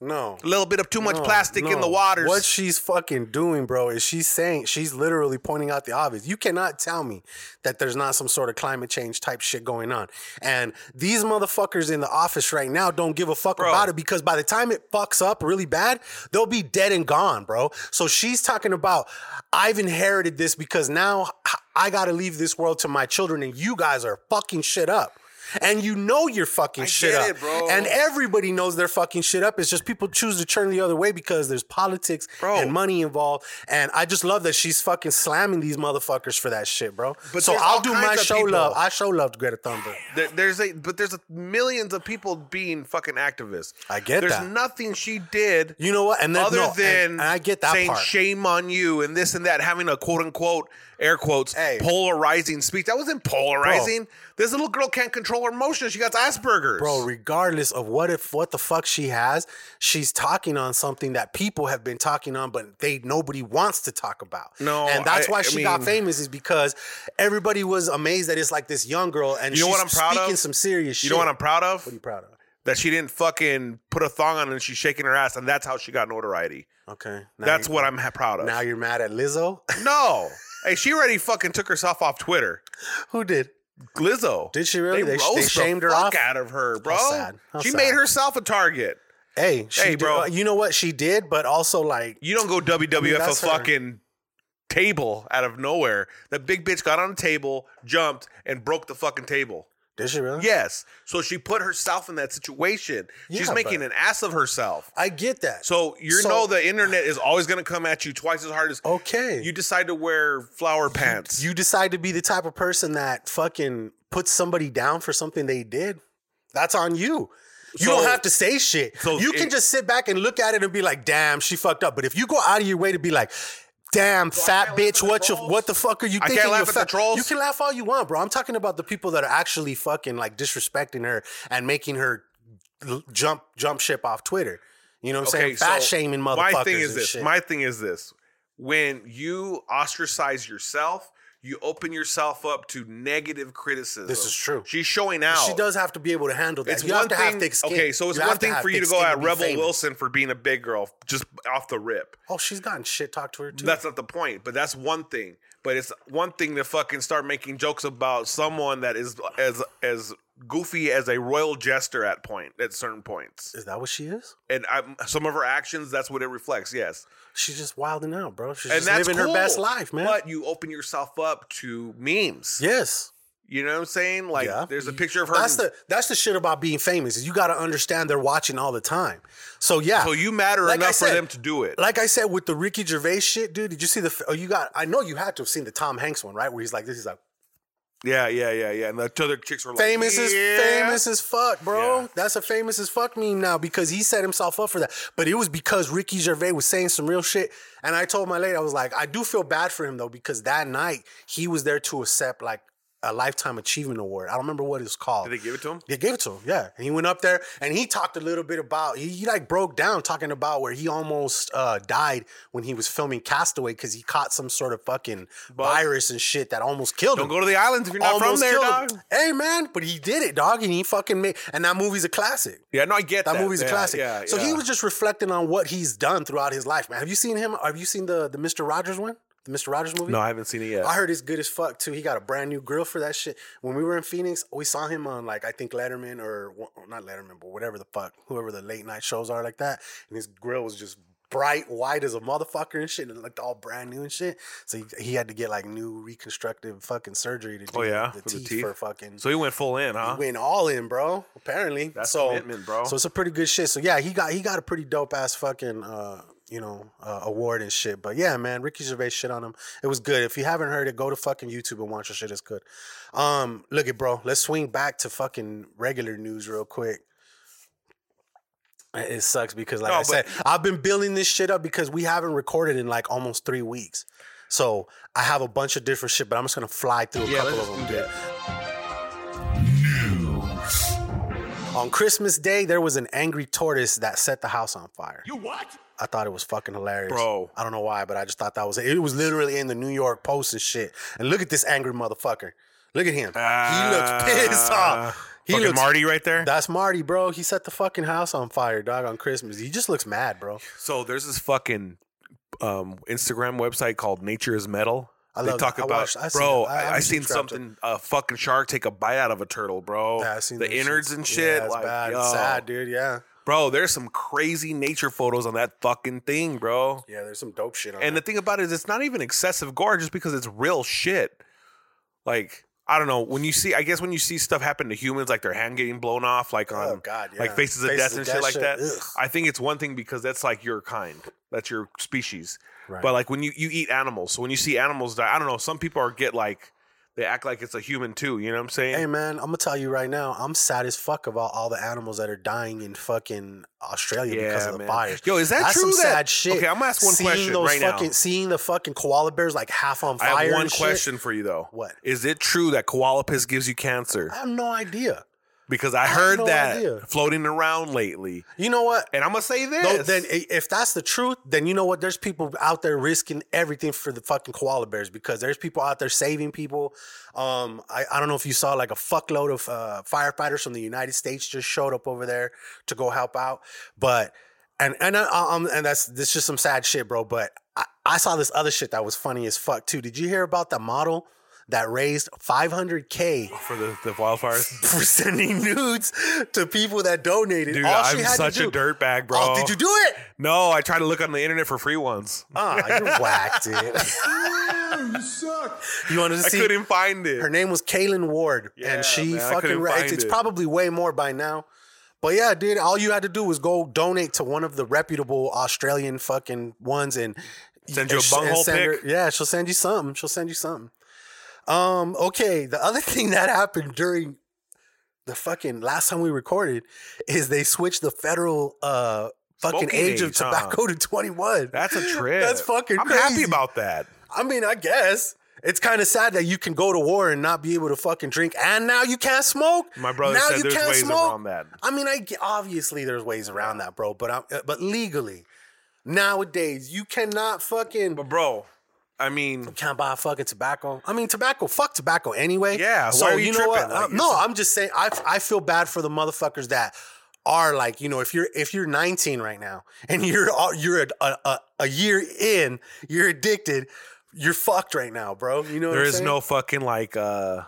S2: No.
S3: A little bit of too much
S2: No,
S3: plastic in the
S2: no.
S3: waters.
S2: What she's fucking doing, bro, is she's saying she's literally pointing out the obvious. You cannot tell me that there's not some sort of climate change type shit going on. And these motherfuckers in the office right now don't give a fuck
S3: Bro.
S2: about it because by the time it fucks up really bad, they'll be dead and gone, bro. So she's talking about I've inherited this because now I got to leave this world to my children and you guys are fucking shit up. And you know you're fucking
S3: I
S2: shit
S3: get
S2: up.
S3: it, bro.
S2: And everybody knows they're fucking shit up. It's just people choose to turn the other way because there's politics
S3: Bro.
S2: and money involved. And I just love that she's fucking slamming these motherfuckers for that shit, bro.
S3: But
S2: so
S3: there's
S2: I'll
S3: all
S2: do
S3: kinds
S2: my
S3: of
S2: show
S3: people.
S2: love. I show loved Greta Thunberg.
S3: There- there's a but there's a, millions of people being fucking activists.
S2: I get
S3: there's
S2: that.
S3: nothing she did.
S2: You know what? And then,
S3: other
S2: no, and-
S3: than
S2: and I get that
S3: saying
S2: part.
S3: shame on you and this and that, having a quote unquote air quotes
S2: Hey.
S3: polarizing speech. That wasn't polarizing. This little girl can't control her emotions. She got Asperger's.
S2: Bro, regardless of what if what the fuck she has, she's talking on something that people have been talking on, but they nobody wants to talk about.
S3: No,
S2: and that's
S3: I-
S2: why
S3: I
S2: she got
S3: mean-
S2: famous is because everybody was amazed that it's like this young girl and
S3: You know
S2: she's
S3: what I'm proud of?
S2: speaking some serious
S3: you
S2: shit.
S3: know what I'm proud of?
S2: What are you proud of?
S3: that she didn't fucking put a thong on and she's shaking her ass, and that's how she got notoriety.
S2: Okay, now
S3: that's
S2: you-
S3: what I'm ha- proud of.
S2: Now you're mad at Lizzo?
S3: no, hey, she already fucking took herself off Twitter.
S2: Who did?
S3: Glizzo,
S2: Did she really?
S3: They,
S2: They- they
S3: roast
S2: shamed
S3: the
S2: her
S3: fuck
S2: off?
S3: out of her, bro.
S2: sad. How
S3: she
S2: sad.
S3: made herself a target.
S2: Hey, she
S3: Hey,
S2: did-
S3: bro.
S2: uh, you know what she did, but also like
S3: You don't go WWF a
S2: that's her.
S3: fucking table out of nowhere. That big bitch got on a table, jumped, and broke the fucking table.
S2: did she really?
S3: Yes, so she put herself in that situation. She's
S2: Yeah,
S3: making
S2: but-
S3: an ass of herself.
S2: I get that.
S3: So you
S2: So-
S3: know the internet is always going to come at you twice as hard as
S2: Okay.
S3: You decide to wear flower pants.
S2: you decide to be the type of person that fucking puts somebody down for something they did. That's on you. You
S3: So-
S2: don't have to say shit.
S3: so
S2: you can
S3: it-
S2: just sit back and look at it and be like, "Damn, she fucked up." But if you go out of your way to be like, "Damn, fat
S3: can't laugh
S2: bitch,
S3: at the
S2: what you,
S3: trolls?
S2: what the fuck are you
S3: I
S2: thinking?"
S3: can't laugh
S2: you're
S3: at the
S2: fat?"
S3: trolls?
S2: You can laugh all you want, bro. I'm talking about the people that are actually fucking like disrespecting her and making her l- jump jump ship off Twitter. You know what I'm saying? Fat shaming motherfuckers.
S3: My thing is
S2: and
S3: this.
S2: shit.
S3: My thing is this. When you ostracize yourself, you open yourself up to negative criticism.
S2: This is true.
S3: She's showing out.
S2: She does have to be able to handle that.
S3: It's
S2: you
S3: one
S2: have to
S3: thing.
S2: have thick skin.
S3: Okay, so it's
S2: You
S3: one
S2: have to
S3: thing
S2: have
S3: for you to
S2: thick
S3: go
S2: skin
S3: at
S2: be
S3: Rebel
S2: famous.
S3: Wilson for being a big girl just off the rip.
S2: Oh, she's gotten shit talked to her too.
S3: That's not the point, but that's one thing. But it's one thing to fucking start making jokes about someone that is as as goofy as a royal jester at point at certain points,
S2: is that what she is?
S3: and I'm, some of her actions that's what it reflects. Yes,
S2: She's just wilding out, bro. She's
S3: and
S2: just
S3: that's
S2: living her
S3: cool,
S2: best life, man.
S3: But you open yourself up to memes.
S2: yes.
S3: You know what I'm saying? Like
S2: Yeah.
S3: there's a picture of her.
S2: That's the that's the shit about being famous. Is you got to understand they're watching all the time. So yeah.
S3: so you matter
S2: Like I
S3: enough for
S2: said,
S3: them to do it.
S2: Like I said with the Ricky Gervais shit, dude. Did you see the? Oh, you got. I know you had to have seen the Tom Hanks one, right? Where he's like, "This is like
S3: yeah, yeah, yeah, yeah. And the other chicks were
S2: famous
S3: like,
S2: as
S3: yeah.
S2: famous as fuck, bro.
S3: Yeah.
S2: That's a famous as fuck meme now because he set himself up for that. But it was because Ricky Gervais was saying some real shit, and I told my lady, I was like, I do feel bad for him though because that night he was there to accept like a lifetime achievement award. I don't remember what it was called.
S3: Did they give it to him?
S2: They gave it to him, yeah. And he went up there and he talked a little bit about he, he, like broke down talking about where he almost uh, died when he was filming Castaway because he caught some sort of fucking virus and shit that almost killed
S3: Don't
S2: him.
S3: go to the islands if you're not from
S2: Almost
S3: there,
S2: killed him.
S3: dog.
S2: Hey man, but he did it, dog, and he fucking made. And that movie's a classic.
S3: Yeah, no, I get that.
S2: That movie's
S3: yeah,
S2: a classic.
S3: Yeah,
S2: so
S3: yeah.
S2: he was just reflecting on what he's done throughout his life, man. Have you seen him? Have you seen the the Mister Rogers one? The Mister Rogers movie?
S3: No, I haven't seen it yet.
S2: I heard it's good as fuck too. He got a brand new grill for that shit. When we were in Phoenix, we saw him on like I think Letterman or well, not Letterman, but whatever the fuck, whoever the late night shows are like that. And his grill was just bright white as a motherfucker and shit, and it looked all brand new and shit. So he, he had to get like new reconstructive fucking surgery to do
S3: Oh, yeah?
S2: the,
S3: For the
S2: teeth,
S3: teeth?
S2: for fucking.
S3: So he went full in, huh?
S2: He went all in, bro. Apparently,
S3: That's
S2: so,
S3: commitment, bro.
S2: So it's a pretty good shit. So yeah, he got he got a pretty dope ass fucking uh, you know uh, award and shit. But yeah, man, Ricky Gervais shit on him. It was good. If you haven't heard it, go to fucking YouTube and watch the shit. It's good. Um, look it, bro. Let's swing back to fucking regular news real quick. It it sucks because, like
S3: No,
S2: I
S3: but-
S2: said, I've been building this shit up because we haven't recorded in like almost three weeks. So I have a bunch of different shit, but I'm just gonna fly through a
S3: Yeah,
S2: couple
S3: let's
S2: of
S3: do
S2: them.
S3: that.
S2: dude. On Christmas Day, there was an angry tortoise that set the house on fire. You what? I thought it was fucking hilarious.
S3: Bro.
S2: I don't know why, but I just thought that was it. It was literally in the New York Post and shit. And look at this angry motherfucker. Look at him.
S3: Ah,
S2: he looks pissed off. He
S3: fucking
S2: looks
S3: Marty right there.
S2: That's Marty, bro. He set the fucking house on fire, dog, on Christmas. He just looks mad, bro.
S3: So there's this fucking um, Instagram website called Nature Is Metal.
S2: I
S3: they
S2: love
S3: talk
S2: it. I
S3: about
S2: watched- I seen
S3: bro.
S2: it. I-
S3: I, I,
S2: I'm
S3: seen
S2: subscribed to it.
S3: something a fucking shark take a bite out of a turtle, bro.
S2: Yeah, I seen
S3: Oh, the
S2: those
S3: innards
S2: shits.
S3: and shit.
S2: Yeah, it's
S3: like,
S2: bad.
S3: yo.
S2: It's sad, dude. Yeah.
S3: bro. There's some crazy nature photos on that fucking thing, bro.
S2: Yeah, there's some dope shit on
S3: And the thing about it is, it's not even excessive gore, just because it's real shit. Like I don't know when you see, I guess when you see stuff happen to humans, like their hand getting blown off, like on
S2: Oh, God, yeah.
S3: like faces of
S2: Faces
S3: death
S2: of
S3: and
S2: Death
S3: shit like
S2: shit,
S3: that.
S2: ugh.
S3: I think it's one thing because that's like your kind, that's your species.
S2: Right.
S3: But like when you you eat animals, so when you see animals die, I don't know. Some people are get like they act like it's a human too. You know what I'm saying?
S2: Hey man, I'm gonna tell you right now, I'm sad as fuck about all the animals that are dying in fucking Australia because
S3: Yeah,
S2: of the
S3: man.
S2: fires.
S3: Yo, is that
S2: That's
S3: true
S2: Some
S3: that-
S2: sad shit.
S3: Okay, I'm gonna ask one
S2: seeing
S3: question
S2: those
S3: right now.
S2: fucking, Seeing the fucking koala bears like half on
S3: I
S2: fire.
S3: have one
S2: and shit,
S3: question for you though.
S2: What?
S3: is it true that koala piss gives you cancer?
S2: I have no idea.
S3: Because I
S2: have
S3: heard
S2: no
S3: that
S2: idea.
S3: floating around lately,
S2: You know what?
S3: and I'm gonna say this.
S2: Though, then i- if that's the truth, then you know what? There's people out there risking everything for the fucking koala bears because there's people out there saving people. Um, I, I don't know if you saw like a fuckload of uh, firefighters from the United States just showed up over there to go help out, but and and I, um and that's this just some sad shit, bro. But I, I saw this other shit that was funny as fuck too. Did you hear about the model that raised 500k?
S3: for the, the wildfires.
S2: For sending nudes to people that donated,
S3: Dude,
S2: All she
S3: I'm
S2: had to
S3: such a
S2: do-
S3: dirtbag, bro.
S2: Oh, did you do it?
S3: No, I tried to look on the internet for free ones.
S2: Ah, you whacked it.
S4: you suck.
S2: You wanted to
S3: I
S2: see?
S3: couldn't find it.
S2: her name was Kaylin Ward,
S3: Yeah,
S2: and she
S3: man, I
S2: fucking.
S3: couldn't
S2: Ra- it's,
S3: find
S2: it's
S3: it.
S2: probably way more by now. But yeah, dude, all you had to do was go donate to one of the reputable Australian fucking ones, and
S3: Send you
S2: and
S3: a
S2: sh- and
S3: bunghole
S2: send
S3: pic?
S2: yeah, she'll send you something. She'll send you something. Um. Okay. The other thing that happened during the fucking last time we recorded is they switched the federal uh fucking
S3: Smoking
S2: age of
S3: age, huh?
S2: tobacco to twenty one.
S3: That's a trip.
S2: That's fucking
S3: I'm
S2: crazy.
S3: happy about that.
S2: I mean, I guess it's kind of sad that you can go to war and not be able to fucking drink, and now you can't smoke.
S3: My brother
S2: now
S3: said
S2: you
S3: there's
S2: can't
S3: ways
S2: smoke.
S3: around that.
S2: I mean, I g- obviously there's ways around that, bro. But I'm, uh, but legally nowadays you cannot fucking
S3: But bro, I mean,
S2: can't buy fucking tobacco. I mean, tobacco, fuck tobacco anyway.
S3: Yeah, why
S2: So
S3: are you
S2: you know what?
S3: tripping? Like,
S2: Uh, no, I'm just saying. I I feel bad for the motherfuckers that are like, you know, if you're if you're 19 right now and you're all- you're a, a, a, a year in, you're addicted. You're fucked right now, bro. You know what
S3: there
S2: I'm
S3: is
S2: saying?
S3: no fucking like uh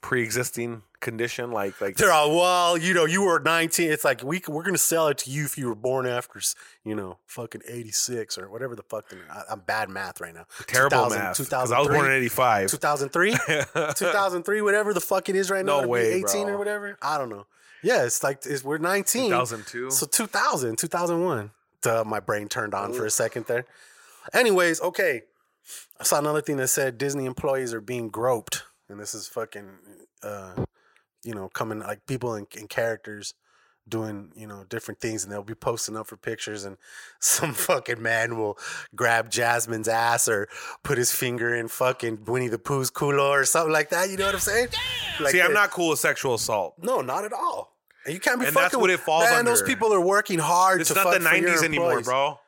S3: pre-existing condition like like
S2: They're all well, you know, you were 19. It's like we c- we're gonna sell it to you if you were born after, s- you know, fucking 86 or whatever the fuck. the- I, I'm bad math right now.
S3: terrible math. Because I was born in
S2: 2003?
S3: '85.
S2: 2003 2003 whatever the fuck it is right now
S3: No
S2: to be
S3: way,
S2: 18
S3: bro.
S2: or whatever i don't know yeah it's like it's, we're 19
S3: 2002?
S2: so 2000 2001 Duh, my brain turned on for a second there anyways okay i saw another thing that said disney employees are being groped and this is fucking uh you know coming like people in, in characters doing you know different things and they'll be posting up for pictures and some fucking man will grab Jasmine's ass or put his finger in fucking Winnie the Pooh's culo or something like that. You know what I'm saying? Like,
S3: See, I'm
S2: it-
S3: not cool with sexual assault.
S2: No, not at all. And you can't be
S3: And
S2: fucking
S3: that's what
S2: with
S3: it falls
S2: man, those
S3: under.
S2: people are working hard
S3: It's
S2: to
S3: not
S2: fuck
S3: the
S2: for your
S3: '90s anymore,
S2: employees.
S3: bro.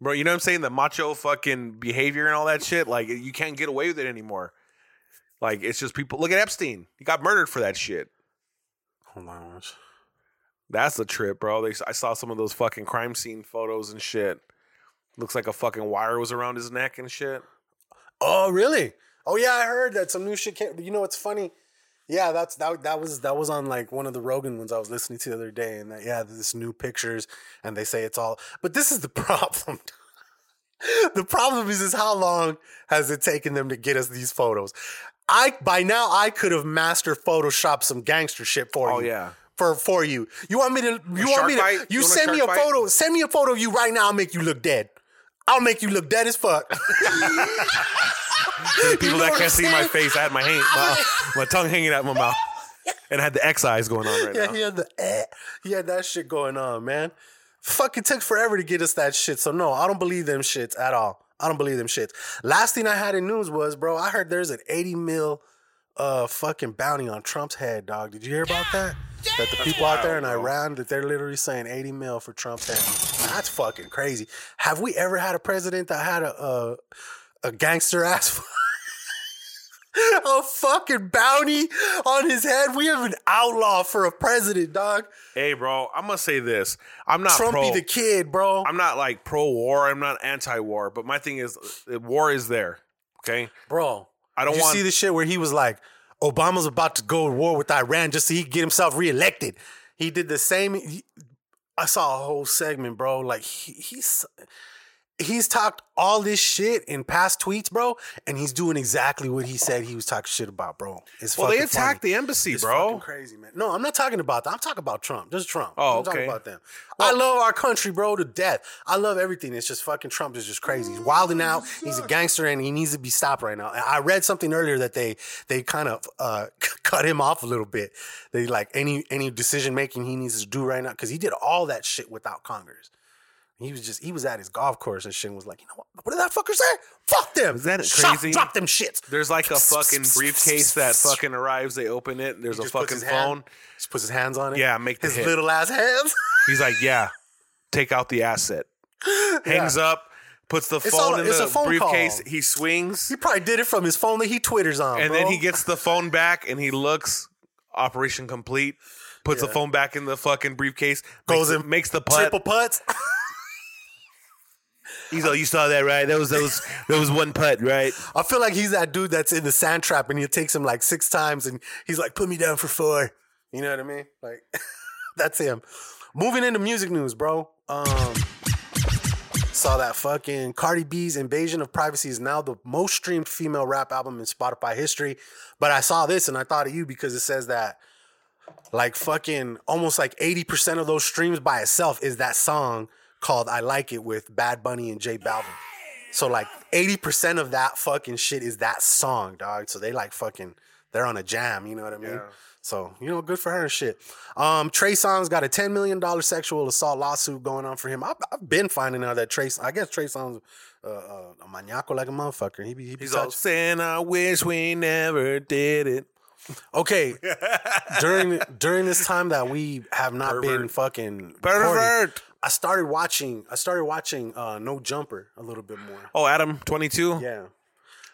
S3: Bro, you know what I'm saying? The macho fucking behavior and all that shit. Like you can't get away with it anymore. Like it's just people. Look at Epstein. He got murdered for that shit.
S2: Hold on. one sec.
S3: That's a trip, bro. They, I saw some of those fucking crime scene photos and shit. Looks like a fucking wire was around his neck and shit.
S2: Oh, really? Oh yeah, I heard that some new shit came. You know what's funny? Yeah, that's that that was that was on like one of the Rogan ones I was listening to the other day, and that, yeah, this new pictures, and they say it's all. But this is the problem. the problem is, is how long has it taken them to get us these photos? I by now I could have master Photoshop some gangster shit for
S3: Oh,
S2: you.
S3: yeah.
S2: For for you. You want me to you want
S3: shark
S2: me to
S3: bite? You
S2: you,
S3: want a
S2: send me a
S3: shark bite?
S2: photo, send me a photo of you right now, I'll make you look dead. I'll make you look dead as fuck.
S3: For the people
S2: know
S3: that
S2: what
S3: can't
S2: I'm
S3: see my
S2: saying?
S3: face, I had my, hand, my, my tongue hanging out my mouth. And I had the X eyes going on right
S2: yeah,
S3: now.
S2: he had the eh, he had that shit going on, man. Fucking took forever to get us that shit. So no, I don't believe them shits at all. I don't believe them shits. Last thing I had in news was, bro, I heard there's an 80 mil uh fucking bounty on Trump's head, dog. Did you hear about that? That the people out there in Iran that they're literally saying 80 mil for Trump's head. That's fucking crazy. Have we ever had a president that had a a, a gangster ass a fucking bounty on his head. We have an outlaw for a president, dog.
S3: Hey, bro, I'm gonna say this. I'm not
S2: Trumpy
S3: pro.
S2: the kid, bro.
S3: I'm not like pro war. I'm not anti war. But my thing is, uh, war is there. Okay,
S2: bro,
S3: I don't
S2: Did you
S3: want-
S2: see the shit where he was like, Obama's about to go to war with Iran just so he can get himself reelected. He did the same. he- I saw a whole segment, bro. Like he, he's he's talked all this shit in past tweets, bro, and he's doing exactly what he said he was talking shit about, bro. It's
S3: Well, they
S2: fucking funny.
S3: attacked the embassy,
S2: It's
S3: bro.
S2: fucking crazy, man. No, I'm not talking about that. I'm talking about Trump. Just Trump.
S3: Oh,
S2: I'm talking
S3: okay.
S2: about them. I love our country, bro, to death. I love everything. It's just fucking Trump is just crazy. He's wilding out. He's a gangster, and he needs to be stopped right now. And I read something earlier that they they kind of uh, cut him off a little bit. They like any any decision making he needs to do right now because he did all that shit without Congress. He was just he was at his golf course and shit and was like, you know what? What did that fucker say? Fuck them.
S3: Isn't that
S2: Shop-
S3: crazy?
S2: drop them shits.
S3: There's like a fucking briefcase that fucking arrives. They open it. And there's a
S2: Just puts
S3: fucking
S2: his hand-
S3: phone.
S2: just puts his hands on it.
S3: Yeah, make the
S2: his
S3: hit.
S2: little ass hands.
S3: He's like, "Yeah, take out the asset." Hangs up. Puts the phone
S2: all-
S3: in
S2: it's
S3: the
S2: a phone
S3: briefcase.
S2: call.
S3: He swings,
S2: he probably did it from his phone that he twitters on.
S3: and
S2: bro.
S3: then he gets the phone back, and he looks. Operation complete. Puts the
S2: Yeah.
S3: phone back in the fucking briefcase.
S2: Goes
S3: makes,
S2: and
S3: makes the putt.
S2: triple putts.
S3: He's like, "You saw that, right? That was that was that was one putt, right?"
S2: I feel like he's that dude that's in the sand trap and he takes him like six times and he's like, put me down for four. You know what I mean? Like, that's him. Moving into music news, bro. Um, saw that fucking Cardi B's Invasion of Privacy is now the most streamed female rap album in Spotify history. But I saw this and I thought of you because it says that like fucking almost like 80% of those streams by itself is that song called I Like It with Bad Bunny and J Balvin. So like 80% of that fucking shit is that song, dog. So they like fucking they're on a jam, you know what I mean? So, you know, good for her and shit. Um, Trey Songz got a $10 million sexual assault lawsuit going on for him. I've, I've been finding out that Trey, I guess Trey Songz uh, uh, a maniaco like a motherfucker. He be, he be
S3: He's
S2: touching-
S3: all saying, "I wish we never did it."
S2: Okay. during during this time that we have not been
S3: Pervert.
S2: fucking recording,
S3: Pervert.
S2: I started watching I started watching uh No Jumper a little bit more.
S3: Oh, Adam, twenty-two.
S2: Yeah.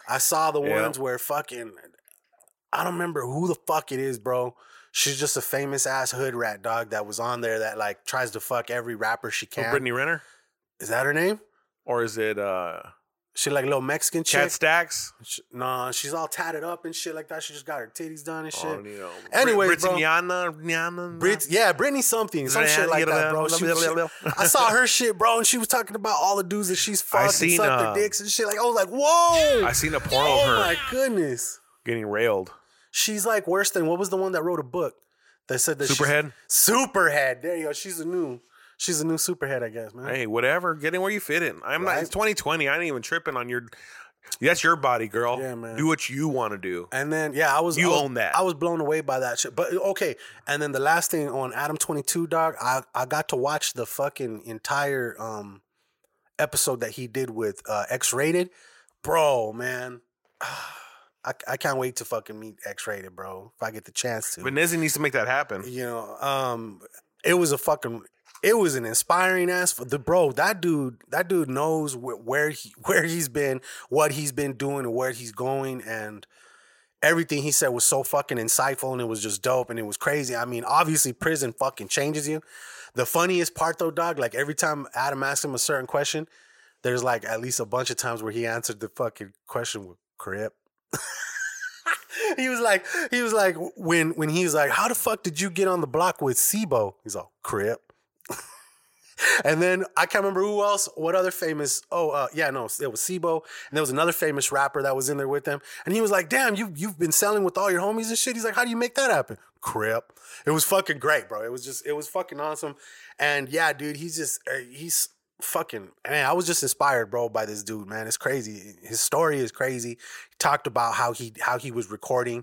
S2: I saw the
S3: Yeah.
S2: ones where fucking I don't remember who the fuck it is, bro. She's just a famous ass hood rat dog that was on there that like tries to fuck every rapper she
S3: Oh,
S2: can.
S3: Brittany Renner,
S2: Is that her name?
S3: or is it uh,
S2: She like a little Mexican chick.
S3: Cat Stacks?
S2: She- nah, she's all tatted up and shit like that. She just got her titties done and shit.
S3: Oh, you know,
S2: Anyways,
S3: Brit-
S2: bro.
S3: Britanniana, Brianna,
S2: Brit, yeah, Britney something, some shit like that, bro. She, she- I saw her shit, bro, and she was talking about all the dudes that she's
S3: I
S2: fucked
S3: seen,
S2: and sucked
S3: uh,
S2: their dicks and shit. Like, I was like, whoa,
S3: I seen a porno
S2: oh
S3: of her
S2: my goodness,
S3: getting railed.
S2: she's like worse than what was the one that wrote a book that said that she's-
S3: Superhead?
S2: Superhead. There you go. She's a new, she's a new superhead, I guess, man.
S3: Hey, whatever, get in where you fit in. I'm not.
S2: Mm. Right.
S3: It's 2020. I ain't even tripping on your. That's your body, girl.
S2: Yeah, man.
S3: Do what you want to do.
S2: And then yeah, I was
S3: You
S2: I was-
S3: own that.
S2: I was blown away by that shit. But okay, and then the last thing on Adam Twenty Two, dog, I I got to watch the fucking entire um episode that he did with uh, X Rated, bro, man. I, I can't wait to fucking meet X Rated, bro. If I get the chance to,
S3: But Nizzy needs to make that happen.
S2: you know, um, it was a fucking, it was an inspiring ass for the bro. That dude, that dude knows wh- where he where he's been, what he's been doing, and where he's going, and everything he said was so fucking insightful, and it was just dope, and it was crazy. I mean, obviously, prison fucking changes you. The funniest part though, dog, like every time Adam asks him a certain question, there's like at least a bunch of times where he answered the fucking question with crip he was like, he was like, when when he was like, how the fuck did you get on the block with Sibo? He's all crip. And then I can't remember who else, what other famous. Oh, uh, yeah, no, it was Sibo, and there was another famous rapper that was in there with them. And he was like, "Damn, you you've been selling with all your homies and shit." He's like, "How do you make that happen?" Crip. It was fucking great, bro. It was just, it was fucking awesome. And yeah, dude, he's just, uh, he's fucking man i was just inspired bro by this dude man it's crazy his story is crazy he talked about how he how he was recording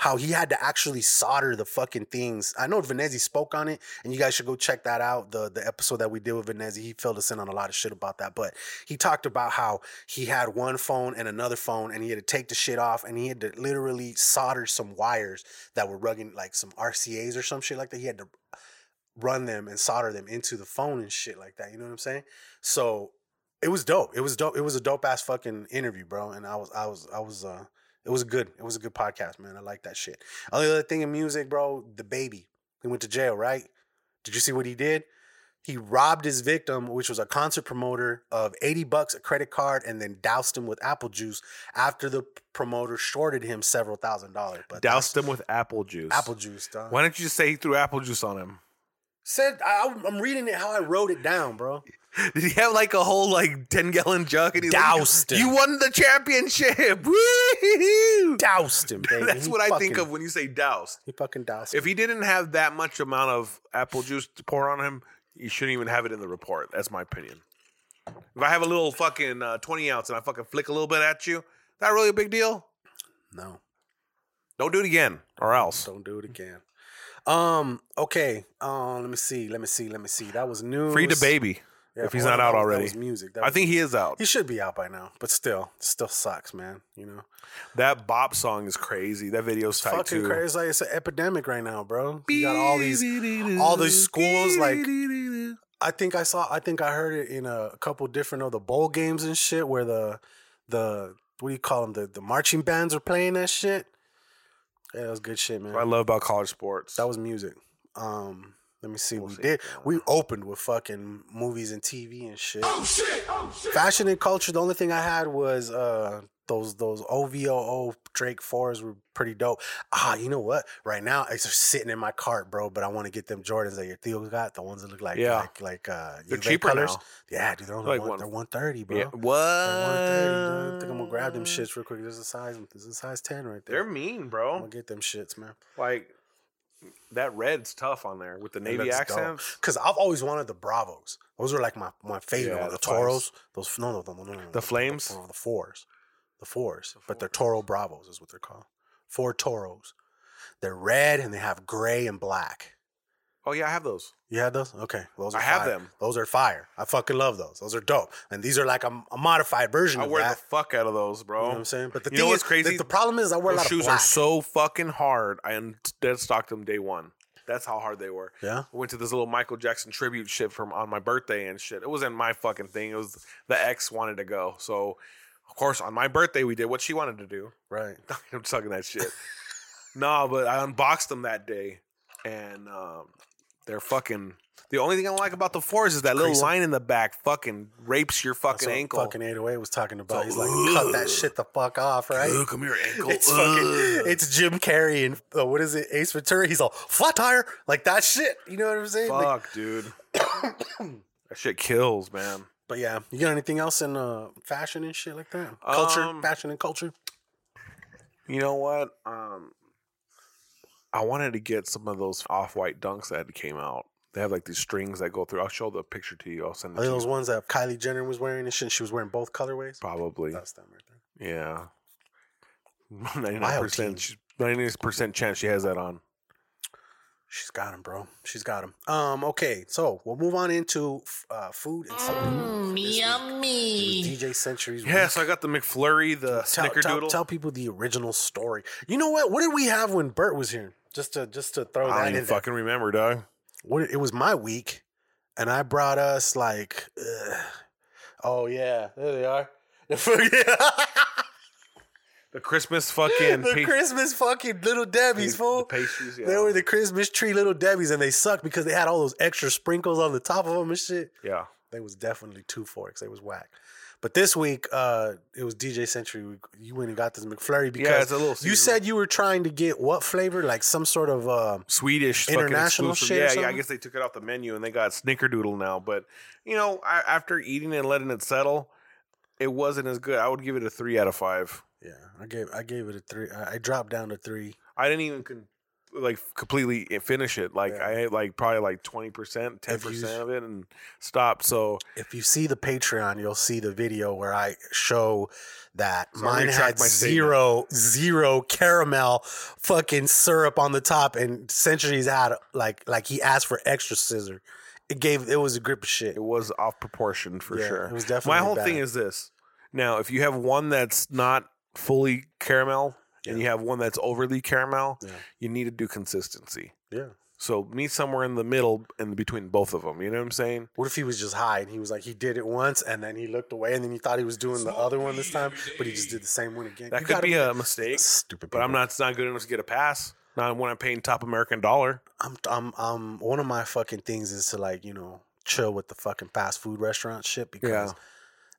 S2: how he had to actually solder the fucking things i know venezzi spoke on it and you guys should go check that out the the episode that we did with venezzi he filled us in on a lot of shit about that but he talked about how he had one phone and another phone and he had to take the shit off and he had to literally solder some wires that were rugged like some rcas or some shit like that he had to run them and solder them into the phone and shit like that. You know what I'm saying? So it was dope. It was dope. It was a dope ass fucking interview, bro. And I was, I was, I was, uh, it was good. It was a good podcast, man. I like that shit. Other thing in music, bro, the baby. He went to jail, right? Did you see what he did? He robbed his victim, which was a concert promoter, of 80 bucks, a credit card, and then doused him with apple juice after the promoter shorted him several thousand dollars. But
S3: Doused him with apple juice.
S2: apple juice, dog.
S3: Why don't you just say he threw apple juice on him?
S2: Said I, I'm reading it how I wrote it down, bro.
S3: Did he have like a whole like ten gallon jug and he
S2: Doused him.
S3: Like, you won the championship. Woo!
S2: doused him, baby.
S3: That's
S2: He
S3: what I think
S2: fucking-
S3: of when you say doused.
S2: He fucking doused
S3: If he didn't have that much amount of apple juice to pour on him, you shouldn't even have it in the report. That's my opinion. If I have a little fucking uh, twenty ounce and I fucking flick a little bit at you, not really a big deal.
S2: no,
S3: Don't do it again, or else.
S2: don't do it again. Um. Okay. Um. Let me see. Let me see. Let me see. That was news.
S3: Free the baby
S2: Yeah,
S3: if he's
S2: hold
S3: not
S2: on,
S3: out
S2: that was-
S3: already.
S2: That was music. That
S3: I
S2: was-
S3: think he is out.
S2: he should be out by now. But still, still sucks, man. You know,
S3: That bop song is crazy. That video's tight
S2: fucking
S3: too.
S2: crazy. It's Like it's an epidemic right now, bro. You got all these, all these schools. Like I think I saw. I think I heard it in a couple different of the bowl games and shit where the the what do you call them the the marching bands are playing that shit. Yeah, that was good shit, man.
S3: What I love about college sports.
S2: That was music. Um, let me see. we did. We opened with fucking movies and TV and shit. Oh shit! Oh shit! Fashion and culture. The only thing I had was uh those those OVOO Drake fours were pretty dope. Ah, you know what? Right now, it's just sitting in my cart, bro. But I want to get them Jordans that your Theo got. The ones that look like
S3: Yeah.
S2: like, like uh
S3: They're
S2: UV
S3: cheaper now.
S2: Yeah, dude. They're only
S3: Like
S2: one,
S3: one-
S2: they're one thirty, bro.
S3: yeah.
S2: They're
S3: What?
S2: 130, dude. I think I'm gonna grab them shits real quick. There's a size. There's a size ten right there.
S3: They're mean,
S2: I'm
S3: bro.
S2: gonna get them shits, man.
S3: Like that red's tough on there with the navy accents.
S2: Because I've always wanted the Bravos. Those are like my, my favorite.
S3: Yeah,
S2: ones. the,
S3: the
S2: Toros. Those no no no no no. no, no,
S3: The Flames?
S2: The, the fours. The fours. But they're Toro Bravos is what they're called. Four Toros. They're red and they have gray and black.
S3: Oh yeah, I have those.
S2: You had those? Okay, those are
S3: I have
S2: fire.
S3: them.
S2: Those are fire. I fucking love those. Those are dope. And these are like a, a modified version
S3: I
S2: of
S3: wear
S2: that.
S3: the fuck out of those, bro.
S2: you know what I'm saying? But the
S3: You know
S2: thing
S3: what's
S2: is,
S3: crazy?
S2: The, the problem is I wear
S3: Those
S2: a lot
S3: shoes
S2: of black.
S3: are so fucking hard. I un- dead stocked them day one. That's how hard they were.
S2: Yeah?
S3: I went to this little Michael Jackson tribute shit from on my birthday and shit. It wasn't my fucking thing. It was the ex wanted to go. So of course on my birthday we did what she wanted to do.
S2: right.
S3: I'm talking that shit. no, but I unboxed them that day, and um, they're fucking. The only thing I like about the fours is that little
S2: Crease 'em.
S3: line in the back fucking rapes your
S2: That's
S3: fucking
S2: what
S3: ankle.
S2: Fucking 808 was talking about.
S3: So,
S2: He's like,
S3: ugh.
S2: cut that shit the fuck off, right?
S3: Ugh, come here, ankle.
S2: It's
S3: Ugh.
S2: fucking. It's Jim Carrey and uh, what is it? Ace Ventura. He's all flat tire, like that shit. You know what I'm saying? Like-
S3: Fuck, dude. that shit kills, man.
S2: but yeah, you got anything else in uh, fashion and shit like that? Culture,
S3: Um,
S2: fashion and culture.
S3: You know what? Um, I wanted to get some of those off-white dunks that came out. They have like these strings that go through. I'll show the picture to you. I'll send it
S2: Are
S3: to
S2: they
S3: you.
S2: those ones that Kylie Jenner was wearing and shit? She was wearing both colorways.
S3: Probably.
S2: That's them right there.
S3: Yeah. 99%, 99% chance she has that on.
S2: She's got them, bro. She's got them. Um, okay, so we'll move on into f- uh, food and something. yummy. DJ Century's.
S3: Yeah, so I got the McFlurry, the
S2: tell, tell,
S3: Snickerdoodle.
S2: tell people the original story. You know what? What did we have when Bert was here? Just to just to
S3: I
S2: throw that
S3: don't
S2: in
S3: even
S2: there.
S3: fucking remember, dog.
S2: what it was my week, and I brought us like, ugh. oh yeah, there they are. The fucking-
S3: The Christmas fucking
S2: the
S3: pa-
S2: Christmas fucking little Debbie's
S3: the
S2: fool.
S3: pastries, yeah.
S2: They were the Christmas tree little Debbie's, and they sucked because they had all those extra sprinkles on the top of them and shit.
S3: yeah.
S2: They was definitely two forks. They was whack. But this week, uh, it was DJ Century. We, you went and got this McFlurry because
S3: it's a little
S2: you
S3: seasonal.
S2: said you were trying to get what flavor? Like some sort of uh,
S3: Swedish fucking
S2: International
S3: exclusive.
S2: shit or
S3: Yeah, yeah. I
S2: something?
S3: guess they took it off the menu and they got Snickerdoodle now. But you know, I, after eating and letting it settle, it wasn't as good. I would give it a three out of five.
S2: yeah. I gave I gave it a three. I, I dropped down to three.
S3: I didn't even con- like completely eh, finish it. Like I ate like probably like twenty percent, ten
S2: If you-
S3: percent of it, and stopped. So
S2: If you see the Patreon, you'll see the video where I show that
S3: So I
S2: mine
S3: retract
S2: had
S3: my statement.
S2: zero zero caramel fucking syrup on the top, and Century's had like like he asked for extra scissor. It gave it was a grip of shit.
S3: it was off proportion for
S2: Yeah,
S3: sure.
S2: it was definitely
S3: my whole
S2: bad.
S3: thing is this. Now, if you have one that's not fully caramel and you have one that's overly caramel,
S2: Yeah.
S3: you need to do consistency.
S2: Yeah.
S3: So meet somewhere in the middle and between both of them. You know what I'm saying?
S2: What if he was just high and he was like he did it once and then he looked away and then he thought he was doing the other one this time, but he just did the same one again.
S3: That
S2: You
S3: could
S2: gotta
S3: be a mistake,
S2: stupid.
S3: but I'm
S2: people.
S3: not. It's not good enough to get a pass. Not when I'm paying top American dollar.
S2: I'm I'm I'm one of my fucking things is to like you know chill with the fucking fast food restaurant shit because
S3: Yeah.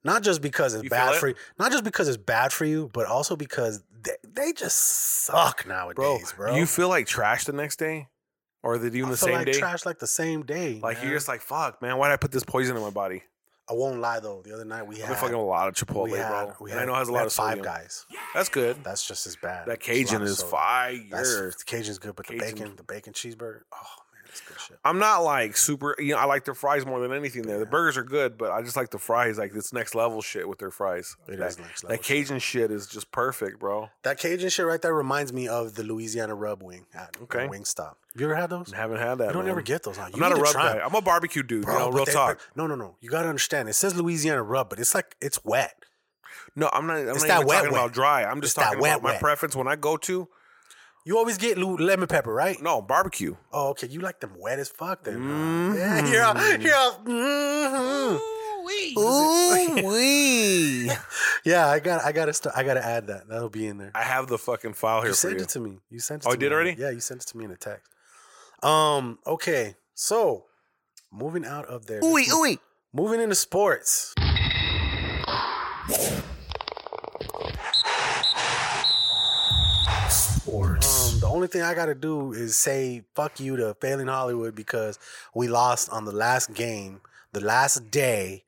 S2: not just because it's
S3: You feel
S2: bad
S3: it?
S2: for you, not just because it's bad for you, but also because they, they just suck nowadays, bro.
S3: Do you feel like trash the next day, or is it even
S2: I
S3: the
S2: feel
S3: same
S2: like
S3: day?
S2: trash like the same day.
S3: Like
S2: man.
S3: you're just like, fuck, man. Why did I put this poison in my body?
S2: I won't lie though. The other night we
S3: I've
S2: had
S3: been fucking a lot of Chipotle,
S2: we had,
S3: bro.
S2: we
S3: and
S2: had
S3: I know it has a
S2: we
S3: lot
S2: had
S3: of
S2: five
S3: sodium.
S2: guys.
S3: That's good.
S2: That's just as bad.
S3: That
S2: There's a lot
S3: Cajun
S2: of
S3: is
S2: soda. That's
S3: fire.
S2: the Cajun's good, but the
S3: Cajun.
S2: bacon, the bacon cheeseburger. Oh man, that's good shit.
S3: I'm not like super. You know, I like their fries more than anything. There, the burgers are good, but I just like the fries. Like this next level shit with their fries.
S2: It
S3: that,
S2: is next level
S3: That Cajun shit. is just perfect, bro.
S2: That Cajun shit right there reminds me of the Louisiana rub wing at
S3: Okay.
S2: Wingstop. You ever had those?
S3: I haven't had that.
S2: You don't
S3: man.
S2: ever get those. Huh? You
S3: I'm not
S2: need
S3: a
S2: to
S3: rub
S2: try
S3: guy.
S2: 'em.
S3: I'm a barbecue dude.
S2: Bro,
S3: you know,
S2: but
S3: real
S2: they-
S3: talk.
S2: No, no, no. You gotta understand. It says Louisiana rub, but it's like it's wet.
S3: no, I'm not. I'm
S2: It's
S3: not
S2: that
S3: even
S2: wet
S3: talking
S2: wet.
S3: about dry. I'm
S2: It's
S3: just
S2: that
S3: talking
S2: wet
S3: about my
S2: wet.
S3: preference when I go to.
S2: You always get lu- lemon pepper, right?
S3: No barbecue.
S2: Oh, okay. You like them wet as fuck, then.
S3: Mm-hmm.
S2: huh? Yeah, you're all, you're all, mm-hmm. Ooh wee. yeah, I got, I gotta, st- I gotta add that. That'll be in there.
S3: I have the fucking file here
S2: you
S3: for
S2: sent
S3: you.
S2: it to me. You sent it.
S3: Oh,
S2: to
S3: I did
S2: me.
S3: already?
S2: Yeah, you sent it to me in a text. Um. Okay. So, moving out of there. Ooh ooey. Moving into sports. Sports. Um, the only thing I got to do is say fuck you to failing Hollywood because we lost on the last game, the last day.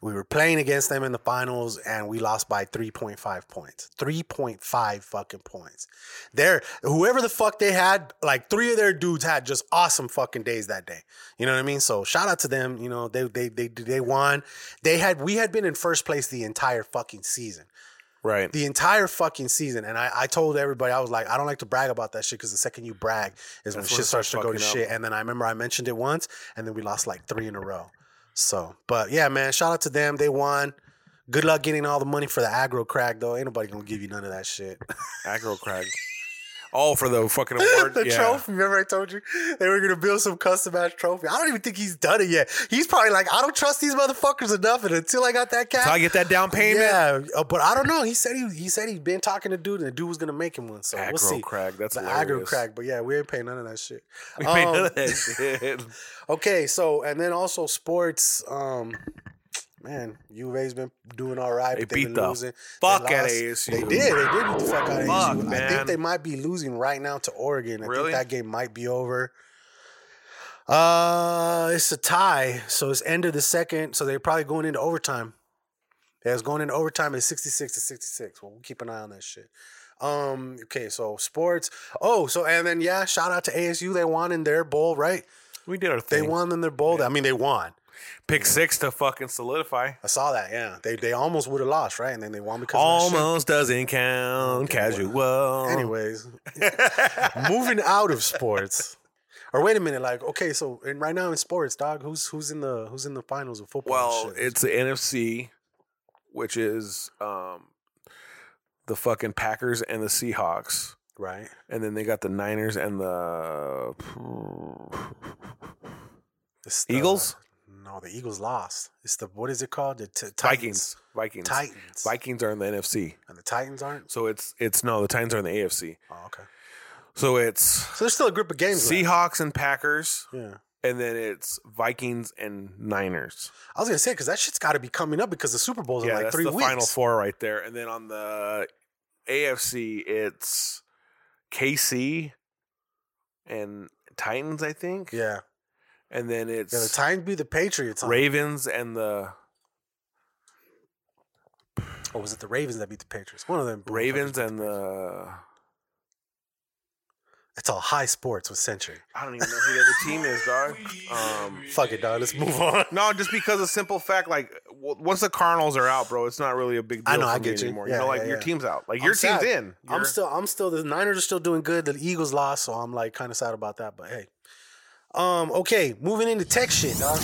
S2: We were playing against them in the finals and we lost by 3.5 points. 3.5 fucking points. They're, whoever the fuck they had, like three of their dudes had just awesome fucking days that day. You know what I mean? So shout out to them. You know, they they they they won. They had we had been in first place the entire fucking season
S3: Right.
S2: the entire fucking season. And I, I told everybody, I was like, I don't like to brag about that shit because the second you brag is when
S3: That's when
S2: shit
S3: it
S2: starts
S3: starts
S2: to go to
S3: fucking up.
S2: shit. And then I remember I mentioned it once, and then we lost like three in a row. So, but yeah, man, shout out to them. They won. Good luck getting all the money for the aggro crack, though. Ain't nobody gonna give you none of that shit.
S3: Aggro crag. Oh, for the fucking award.
S2: the
S3: yeah.
S2: trophy, remember I told you they were gonna build some custom ass trophy. I don't even think he's done it yet. He's probably like, I don't trust these motherfuckers enough, and until I got that cash,
S3: So I get that down payment.
S2: Yeah, uh, but I don't know. He said he he said he'd been talking to dude, and the dude was gonna make him one. So we'll
S3: Aggro
S2: see.
S3: crack, that's
S2: the aggro
S3: hilarious.
S2: crack. But yeah, we ain't paying none of that shit.
S3: We paid
S2: Um,
S3: none of that shit.
S2: Okay, so and then also sports. Um, man, UVA's been doing all right.
S3: They
S2: but they've
S3: beat
S2: been
S3: the
S2: losing.
S3: fuck
S2: they
S3: outta
S2: lost-
S3: ASU.
S2: They did. They did beat the fuck out
S3: Fuck,
S2: of ASU. I think
S3: man.
S2: they might be losing right now to Oregon. I
S3: Really?
S2: think that game might be over. Uh, it's a tie, so it's end of the second. So they're probably going into overtime. Yeah, it's going into overtime at sixty six to sixty six. Well, we'll keep an eye on that shit. Um, okay, so sports. Oh, so and then yeah, shout out to ASU. They won in their bowl, right?
S3: we did our
S2: They
S3: thing.
S2: won in their bowl. I mean, they won.
S3: Pick six to fucking solidify.
S2: I saw that. Yeah, they they almost would have lost, right? And then they won because of that shit.
S3: Almost doesn't count. Casual.
S2: Anyways, moving out of sports. Or wait a minute, like okay, so and right now in sports, dog, who's who's in the who's in the finals of football? and
S3: Well,
S2: shit?
S3: it's the NFC, which is um, the fucking Packers and the Seahawks.
S2: right.
S3: And then they got the Niners and the
S2: It's the-
S3: Eagles,
S2: No, the Eagles lost. It's the what is it called? The t- Titans.
S3: Vikings, Vikings,
S2: Titans.
S3: Vikings are in the NFC.
S2: And the Titans aren't.
S3: So it's it's no, the Titans are in the AFC.
S2: Oh, okay.
S3: So it's
S2: So there's still a group of games. left.
S3: Seahawks and Packers,
S2: Yeah.
S3: and then it's Vikings and Niners.
S2: I was gonna say because that shit's got to be coming up because the Super Bowl's
S3: yeah,
S2: in like
S3: that's
S2: three
S3: the
S2: weeks.
S3: final four right there. And then on the AFC, it's KC and Titans, I think.
S2: Yeah,
S3: And then it's
S2: yeah. The Titans be the Patriots. Huh?
S3: Ravens and the
S2: or was it the Ravens that beat the Patriots? One of them.
S3: Ravens and the
S2: It's all high sports with Century.
S3: I don't even know who the other team is, dog. Um,
S2: Fuck it, dog. Let's move on.
S3: no, just because of simple fact, like w- once the Cardinals are out, bro, it's not really a big deal.
S2: I know,
S3: for
S2: I
S3: me
S2: get you.
S3: anymore.
S2: Yeah,
S3: you know, like
S2: yeah,
S3: your
S2: yeah.
S3: team's out, like
S2: I'm
S3: your team's
S2: sad.
S3: in.
S2: I'm
S3: You're-
S2: still, I'm still. The Niners are still doing good. The Eagles lost, so I'm like kind of sad about that. But hey, um, okay, moving into tech shit, dog.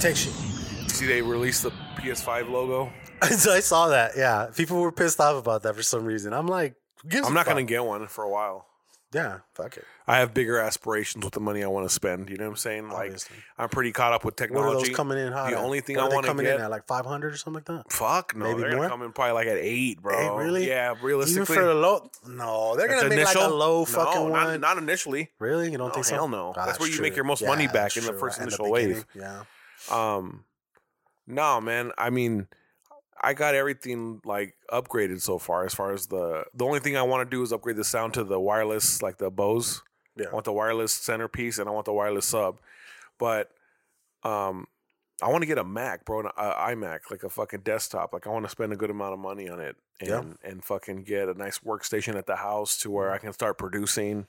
S2: Tech shit.
S3: See, they released the PS5 logo.
S2: so I saw that. Yeah, people were pissed off about that for some reason. I'm like, who gives
S3: I'm
S2: a
S3: not
S2: fuck?
S3: gonna get one for a while.
S2: Yeah, fuck it.
S3: I have bigger aspirations with the money I want to spend. You know what I'm saying? Like
S2: Obviously.
S3: I'm pretty caught up with
S2: What
S3: technology.
S2: are those coming in hot?
S3: The
S2: at?
S3: only thing
S2: What
S3: I
S2: are they
S3: want to
S2: coming
S3: get.
S2: in at like 500 or something like that.
S3: fuck no,
S2: Maybe
S3: they're gonna
S2: more?
S3: come in probably like at eight, bro.
S2: Hey, really?
S3: Yeah,
S2: Even
S3: realistically.
S2: for the low, no, they're gonna
S3: That's
S2: make like a low fucking
S3: no,
S2: one.
S3: Not, not initially.
S2: really, you don't
S3: No,
S2: think so?
S3: Oh, hell no.
S2: Ah,
S3: That's where you make your most
S2: Yeah,
S3: money back
S2: that's
S3: in the
S2: true.
S3: first
S2: At the
S3: initial wave.
S2: beginning, Yeah,
S3: Um, no, man. I mean, I got everything like upgraded so far. As far as the the only thing I want to do is upgrade the sound to the wireless, like the Bose.
S2: Yeah.
S3: I want the wireless centerpiece and I want the wireless sub, but um, I want to get a Mac, bro, an I- iMac, like a fucking desktop. Like I want to spend a good amount of money on it and
S2: Yeah. Mm-hmm.
S3: and fucking get a nice workstation at the house to where I can start producing,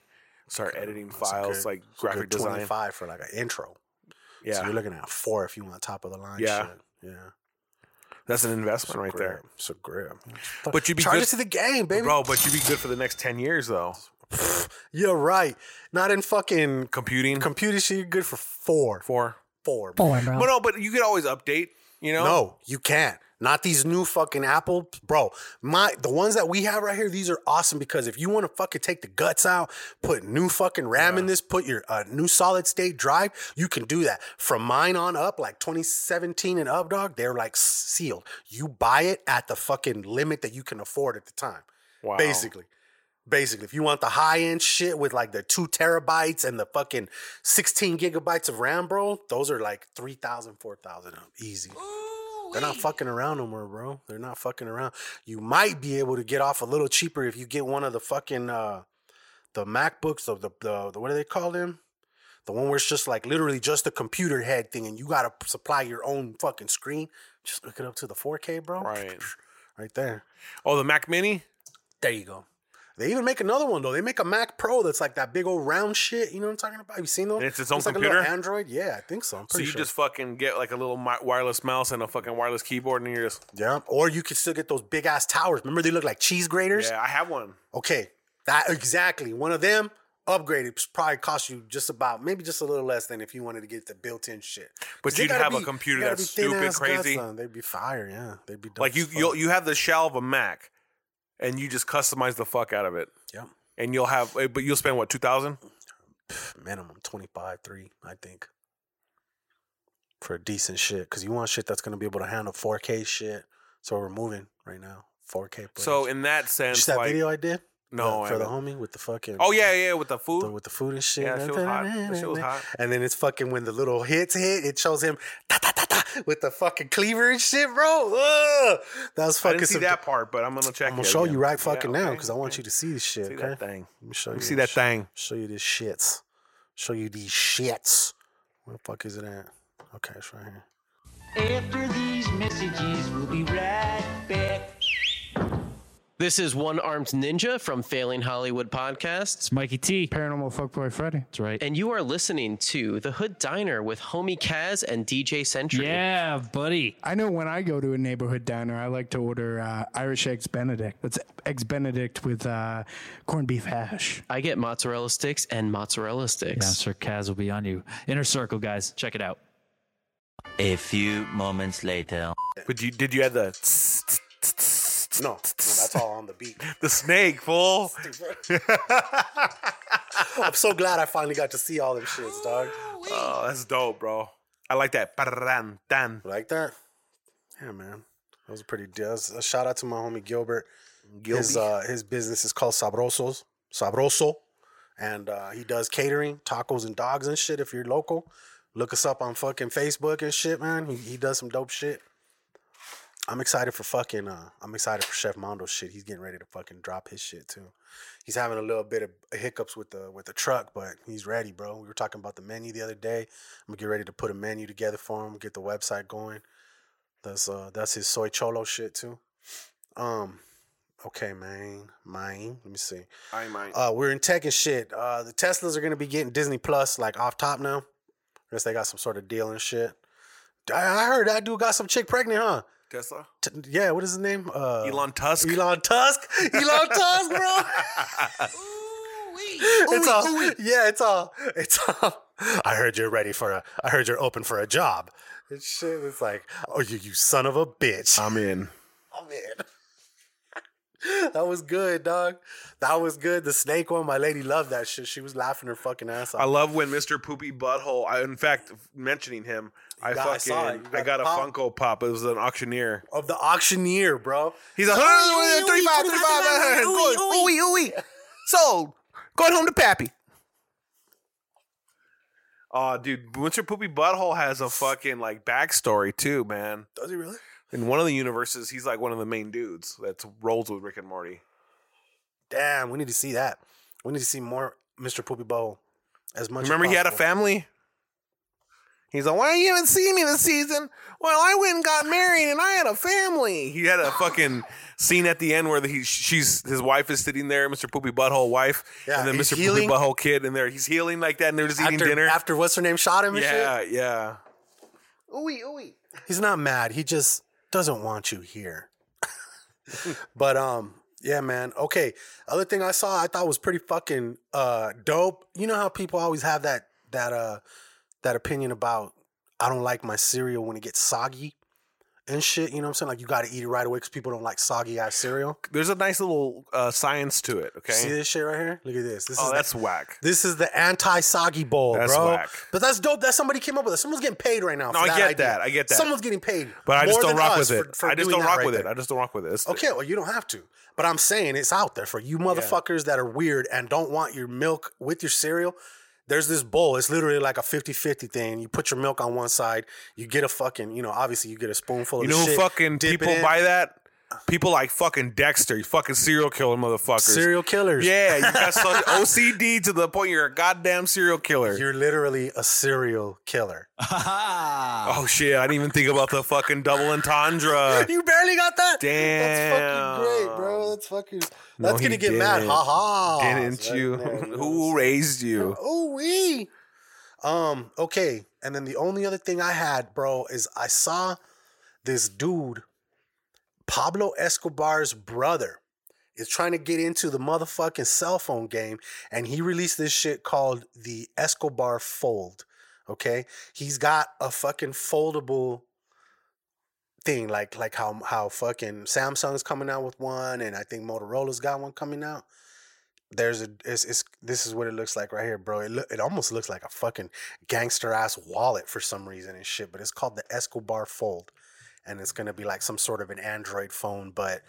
S3: start editing
S2: That's a
S3: files
S2: good-
S3: like
S2: that's a
S3: graphic
S2: good
S3: design.
S2: 25 for like an intro.
S3: Yeah,
S2: So you're looking at four if you want top of the line.
S3: Yeah.
S2: shit. yeah.
S3: that's an investment right there.
S2: So grab.
S3: But you'd be
S2: Charge
S3: good-
S2: it to the game, baby.
S3: Bro, but you'd be good for the next 10 years, though.
S2: You're right. Not in fucking
S3: Computing.
S2: computer shit. You're good for four.
S3: four.
S2: Four. bro.
S10: Four, bro.
S3: But no, but you could always update, you know?
S2: No, you can't. Not these new fucking Apple, bro. My the ones that we have right here, these are awesome because if you want to fucking take the guts out, put new fucking RAM in this, put your uh, new solid state drive, you can do that. From mine on up, like 2017 and up, dog, they're like sealed. You buy it at the fucking limit that you can afford at the time.
S3: Wow.
S2: Basically. Basically, if you want the high end shit with like the two terabytes and the fucking 16 gigabytes of RAM, bro, those are like 3,000, 4,000 up. Easy. They're not fucking around no more, bro. They're not fucking around. You might be able to get off a little cheaper if you get one of the fucking uh the MacBooks of the the, the what do they call them? The one where it's just like literally just a computer head thing, and you gotta supply your own fucking screen. Just hook it up to the 4K, bro.
S3: Right.
S2: right there.
S3: Oh, the Mac Mini?
S2: There you go. They even make another one though. They make a Mac Pro that's like that big old round shit. You know what I'm talking about? Have you seen those?
S3: And it's its own
S2: like a little
S3: computer?
S2: Android. Yeah, I think so. I'm
S3: So
S2: pretty
S3: you
S2: sure.
S3: just fucking get like a little mi- wireless mouse and a fucking wireless keyboard and you're just,
S2: yeah. Or you could still get those big ass towers. Remember they look like cheese graters?
S3: yeah, I have one.
S2: Okay, that exactly. One of them upgraded probably cost you just about maybe just a little less than if you wanted to get the built-in shit. 'Cause
S3: But
S2: they
S3: you'd
S2: gotta
S3: have a
S2: be-
S3: computer
S2: they gotta
S3: that's
S2: be thin-ass
S3: stupid crazy.
S2: guts, son. They'd be fire, yeah. They'd be dope
S3: Like you,
S2: as fuck.
S3: you you have the shell of a Mac and you just customize the fuck out of it.
S2: Yep.
S3: And you'll have, eh, but you'll spend what, 2000
S2: minimum 25, 3, I think. For decent shit, because you want shit that's gonna be able to handle 4K shit. So we're moving right now, 4K. Footage.
S3: So in that
S2: Did you
S3: sense,
S2: see that
S3: like,
S2: video I did.
S3: no.
S2: Uh,
S3: I
S2: for the
S3: haven't.
S2: homie with the fucking.
S3: oh, yeah, yeah, with the food.
S2: the- with the food and shit.
S3: Yeah, that shit was hot. That shit was hot.
S2: And then it's fucking when the little hits hit, it shows him da, da, da, da, with the fucking cleaver and shit, bro. Ugh. That was
S3: I
S2: fucking.
S3: didn't see
S2: some-
S3: that part, but I'm going to check
S2: I'm gonna
S3: it
S2: show
S3: again.
S2: you right
S3: Yeah,
S2: fucking now
S3: okay,
S2: because I want
S3: okay.
S2: you to see this shit.
S3: See
S2: okay?
S3: that thing.
S2: Let me show
S3: Let
S2: you.
S3: me see that
S2: this shit.
S3: thing.
S2: Show you this shits. Show you these shits. Where the fuck is it at? Okay, it's right here.
S7: After these messages, we'll be right back.
S11: This is One Armed Ninja from Failing Hollywood Podcasts,
S10: It's Mikey T. Paranormal Fuckboy Freddy. That's right.
S11: and you are listening to The Hood Diner with Homie Kaz and DJ Sentry.
S10: Yeah, buddy. I know when I go to a neighborhood diner, I like to order uh, Irish eggs Benedict. That's eggs Benedict with uh, corned beef hash.
S11: I get mozzarella sticks and mozzarella sticks.
S10: Sir Kaz will be on you. Inner Circle, guys. Check it out.
S7: A few moments later.
S3: But you did you have the
S2: No, no, that's all on the beat.
S3: the snake fool?
S2: I'm so glad I finally got to see all them shits, dog.
S3: Oh, that's dope, bro. I like that. Ba-da-dan, dan.
S2: Like that? Yeah, man. That was a pretty deal. That's A shout out to my homie Gilbert. His
S3: Gilby.
S2: uh, his business is called Sabrosos. Sabroso. and uh, he does catering, tacos and dogs and shit. If you're local, look us up on fucking Facebook and shit, man. He, he does some dope shit. I'm excited for fucking. Uh, I'm excited for Chef Mondo's shit. He's getting ready to fucking drop his shit too. He's having a little bit of hiccups with the with the truck, but he's ready, bro. We were talking about the menu the other day. I'm gonna get ready to put a menu together for him. Get the website going. That's uh that's his soy cholo shit too. Um, okay, man, mine. Let me see.
S3: I might.
S2: Uh, we're in tech and shit. Uh, the Teslas are gonna be getting Disney Plus like off top now, unless they got some sort of deal and shit. I I heard that dude got some chick pregnant, huh?
S3: Tesla.
S2: T- yeah, what is his name? Uh,
S3: Elon Tusk.
S2: Elon Tusk. Elon Tusk, bro. it's all, yeah, it's all, it's all. I heard you're ready for a. I heard you're open for a job. It's shit. It's like, oh, you, you son of a bitch.
S3: I'm in.
S2: Oh man. That was good, dog. That was good. The snake one, my lady loved that shit. She was laughing her fucking ass off.
S3: I love when Mr. Poopy Butthole. I, in fact, mentioning him, I
S2: got- I
S3: fucking
S2: saw
S3: I,
S2: it. You got Oh,
S3: got
S2: the
S3: a
S2: pop?
S3: Funko Pop. It was an auctioneer.
S2: of the auctioneer, bro.
S3: He's like, "Oh, 35, 35, good.
S2: ooey, ooey.
S3: Sold. Going home to Pappy. Aw, dude, Mr. Poopy Butthole has a fucking like backstory too, man.
S2: Does he really?
S3: In one of the universes, he's like one of the main dudes that rolls with Rick and Morty.
S2: Damn, we need to see that. We need to see more Mr. Poopy Bowl as much. as
S3: Remember, he had a
S2: possible.
S3: family. He's like, why you haven't seen me this season? Well, I went and got married, and I had a family. He had a fucking scene at the end where he she's his wife is sitting there, Mr. Poopy Butthole wife,
S2: Yeah,
S3: and then
S2: he's
S3: Mr.
S2: healing.
S3: Poopy Butthole kid in there. He's healing like that, and they're just eating
S2: after,
S3: dinner.
S2: after what's her name shot him. And
S3: yeah,
S2: shit.
S3: yeah.
S2: he's not mad. He just doesn't want you here. but um, yeah, man. Okay. Other thing I saw, I thought was pretty fucking uh dope. You know how people always have that that uh that opinion about I don't like my cereal when it gets soggy and shit. You know what I'm saying? Like you got to eat it right away because people don't like soggy ass cereal.
S3: There's a nice little uh, science to it. Okay.
S2: See this shit right here? Look at this. This
S3: oh,
S2: is
S3: that's
S2: the,
S3: whack.
S2: this is the anti soggy bowl,
S3: That's
S2: bro.
S3: whack.
S2: But that's dope. That somebody came up with it. Someone's getting paid right now.
S3: No,
S2: for
S3: I get
S2: idea.
S3: that. I get that.
S2: Someone's getting paid.
S3: But I just
S2: more
S3: don't
S2: than
S3: rock
S2: us
S3: with it.
S2: for- for
S3: I just
S2: doing
S3: don't
S2: that
S3: rock
S2: right
S3: with it.
S2: there.
S3: I just don't rock with it. It's-
S2: Okay, well, you don't have to. But I'm saying it's out there for you motherfuckers that are weird and don't want your milk with your cereal. There's this bowl. It's literally like a 50 50 thing. You put your milk on one side, you get a fucking, you know, obviously you get a spoonful of
S3: You
S2: the
S3: know who
S2: shit,
S3: fucking
S2: dip it
S3: people
S2: in.
S3: buy that? People like fucking Dexter, you fucking serial killer motherfuckers.
S2: Serial killers.
S3: Yeah, you got such OCD to the point you're a goddamn serial killer.
S2: You're literally a serial killer.
S3: oh shit, I didn't even think about the fucking double entendre.
S2: you barely got that?
S3: Damn.
S2: That's fucking great, bro. That's fucking. That's
S3: No,
S2: going to
S3: he
S2: get mad.
S3: didn't.
S2: Ha ha.
S3: Didn't you? Who
S2: Who
S3: raised you?
S2: Oh wee. Um. Okay. And then the only other thing I had, bro, is I saw this dude, Pablo Escobar's brother, is trying to get into the motherfucking cell phone game, and he released this shit called the Escobar Fold. Okay, he's got a fucking foldable thing, like like how how fucking Samsung's coming out with one, and I think Motorola's got one coming out there's a it's, it's this is what it looks like right here, bro. It look it almost looks like a fucking gangster ass wallet for some reason and shit, but it's called the Escobar Fold, and it's gonna be like some sort of an Android phone, but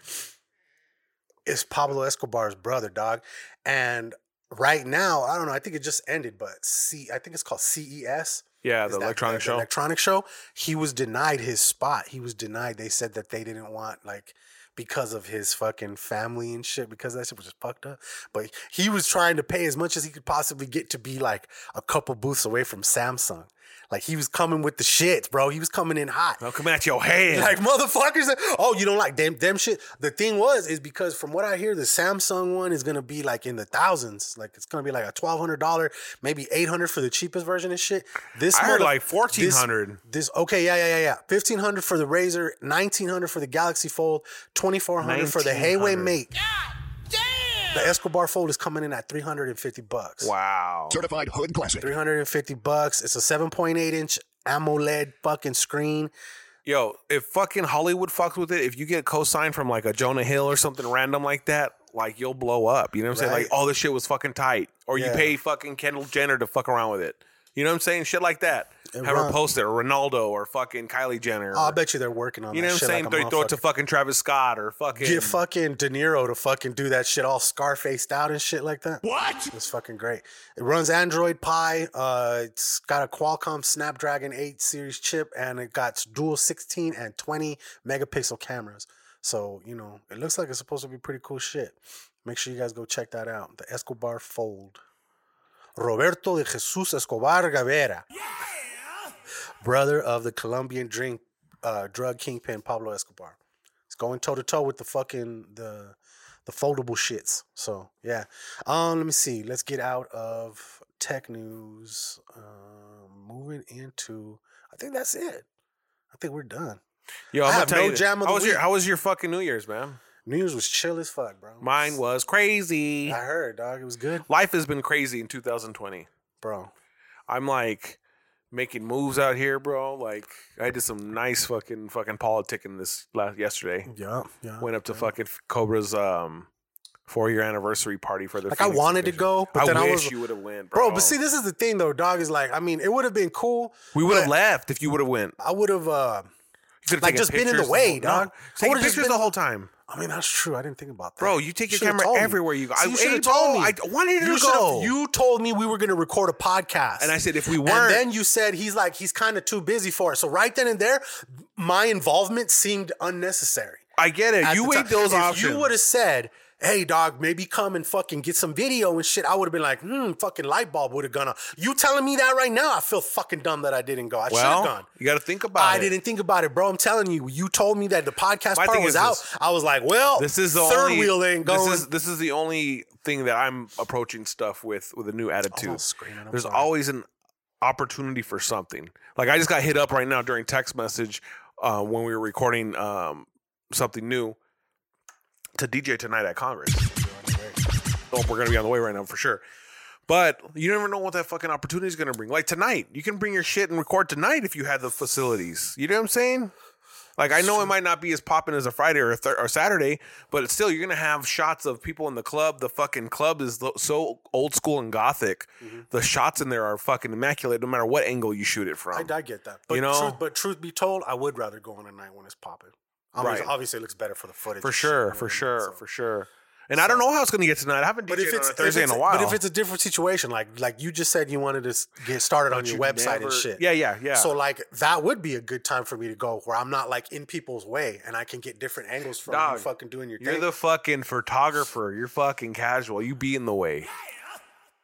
S2: it's Pablo Escobar's brother, dog. And right now, I don't know. I think it just ended, but C E I think it's called CES.
S3: Yeah,
S2: Is
S3: the
S2: that
S3: electronic show.
S2: Electronic show. He was denied his spot. He was denied. They said that they didn't want like because of his fucking family and shit. Because that shit was just fucked up. But he was trying to pay as much as he could possibly get to be like a couple booths away from Samsung. Like he was coming with the shit, bro. He was coming in hot.
S3: I'm coming at your head.
S2: Like motherfuckers, oh, you don't like them them shit. The thing was is because from what I hear, the Samsung one is gonna be like in the thousands. Like it's gonna be like a twelve hundred dollar, maybe eight hundred for the cheapest version and shit. This
S3: I heard
S2: mother-
S3: like
S2: this-
S3: 1400.
S2: This, okay, yeah, yeah, yeah, yeah. Fifteen hundred for the Razor, nineteen hundred for the Galaxy Fold, twenty four hundred for the Hayway
S3: 1900.
S2: Mate. The Escobar Fold is coming in at three hundred and fifty bucks.
S3: Wow.
S5: Certified Hood Classic.
S2: 350 bucks. It's a 7.8 inch AMOLED fucking screen.
S3: Yo, if fucking Hollywood fucks with it, if you get co-signed from like a Jonah Hill or something random like that, like you'll blow up. You know what I'm saying?
S2: Right.
S3: Like, all this shit was fucking tight. Or
S2: Yeah.
S3: you pay fucking Kendall Jenner to fuck around with it. You know what I'm saying? Shit like that. have her post it, or Ronaldo, or fucking Kylie Jenner.
S2: I'll bet you they're working on
S3: you
S2: that
S3: know what I'm
S2: shit
S3: saying?
S2: like a
S3: throw, throw it to
S2: motherfucker.
S3: fucking Travis Scott or fucking
S2: Get fucking De Niro to fucking do that shit all scarfaced out and shit like that.
S3: What?
S2: It's fucking great. It runs Android Pie. Uh, it's got a Qualcomm Snapdragon 8 series chip and it got dual 16 and 20 megapixel cameras. So, you know, it looks like it's supposed to be pretty cool shit. Make sure you guys go check that out. The Escobar Fold. Roberto de Jesus Escobar Gavera, brother of the Colombian drink, uh, drug kingpin Pablo Escobar. It's going toe to toe with the fucking the the foldable shits. So yeah, um, let me see. Let's get out of tech news. Um, moving into, I think that's it. I think we're done.
S3: Yo,
S2: I
S3: I'm gonna
S2: have
S3: tell
S2: no
S3: you this.
S2: jam of the
S3: how was your
S2: week.
S3: How was your fucking New Year's, man?
S2: New Year's was chill as fuck, bro.
S3: Mine was crazy.
S2: I heard, dog. It was good,
S3: Life has been crazy in 2020.
S2: bro.
S3: I'm like making moves out here, bro. Like I did some nice fucking fucking politicking this last yesterday.
S2: Yeah, yeah.
S3: Went up to fucking Cobra's um four year anniversary party for the
S2: Like, I
S3: Phoenix
S2: wanted to
S3: division.
S2: go, but
S3: I
S2: then I
S3: wish
S2: was-
S3: you would have went, bro.
S2: Bro, but see, this is the thing though, dog. Is like, I mean, it would have been cool.
S3: we would have
S2: but
S3: left if you would have went.
S2: I would have. uh
S3: You could've
S2: like,
S3: taken
S2: just been in the
S3: pictures
S2: way,
S3: whole-
S2: dog.
S3: No,
S2: I
S3: taking
S2: would've just
S3: pictures
S2: been-
S3: the whole time.
S2: I mean, that's true. I didn't think about that.
S3: Bro, you take your
S2: should've
S3: camera
S2: told me.
S3: everywhere you go.
S2: See,
S3: I-
S2: you should've
S3: hey,
S2: told
S3: bro,
S2: me.
S3: I d- wanted to
S2: You should've-
S3: go.
S2: You told me we were going to record a podcast,
S3: And I said, if we
S2: And
S3: weren't-
S2: then you said he's like he's kind of too busy for it. So right then and there, my involvement seemed unnecessary.
S3: I get it.
S2: at
S3: You
S2: the
S3: weighed
S2: time.
S3: those
S2: if
S3: options.
S2: You would have said, "Hey, dog, maybe come and fucking get some video and shit." I would have been like, "Hmm, fucking light bulb would have gone on." You telling me that right now? I feel fucking dumb that I didn't go. I should
S3: well,
S2: have gone.
S3: you got to think about
S2: I
S3: it.
S2: didn't think about it, bro. I'm telling you. You told me that the podcast
S3: My
S2: part
S3: thing
S2: was
S3: is
S2: out.
S3: this.
S2: I was like, "Well,
S3: This is the
S2: third
S3: only,
S2: wheel ain't going."
S3: This is, this is the only thing that I'm approaching stuff with with a new attitude.
S2: almost Oh, screaming, I'm
S3: There's
S2: sorry.
S3: always an opportunity for something. Like I just got hit up right now during text message uh, when we were recording um, something new to DJ tonight at Congress. Oh, we're gonna be on the way right now for sure. But you never know what that fucking opportunity is going to bring. Like tonight, you can bring your shit and record tonight if you had the facilities. You know what I'm saying? Like I know it might not be as popping as a Friday or a thir- or Saturday, but it's still you're gonna have shots of people in the club. The fucking club is lo- so old school and gothic.
S2: Mm-hmm.
S3: The shots in there are fucking immaculate, no matter what angle you shoot it from.
S2: I, I get that, but
S3: Um, You know?
S2: truth, but truth be told, I would rather go on a night when it's popping. I mean,
S3: Right.
S2: Obviously, it looks better for the footage.
S3: for
S2: and shit, you
S3: sure,
S2: know
S3: for
S2: what I mean?
S3: sure,
S2: So-
S3: for sure. And I don't know how it's gonna get tonight. I haven't DJed
S2: But if it's
S3: on a Thursday
S2: if it's,
S3: in a while.
S2: But if it's a different situation, like like you just said, you wanted to s- get started on your
S3: you
S2: website
S3: never-
S2: and shit.
S3: Yeah, yeah, yeah.
S2: So like that would be a good time for me to go where I'm not like in people's way and I can get different angles from you
S3: Dog,
S2: fucking doing your
S3: You're
S2: thing.
S3: the fucking photographer. You're fucking casual. You be in the way.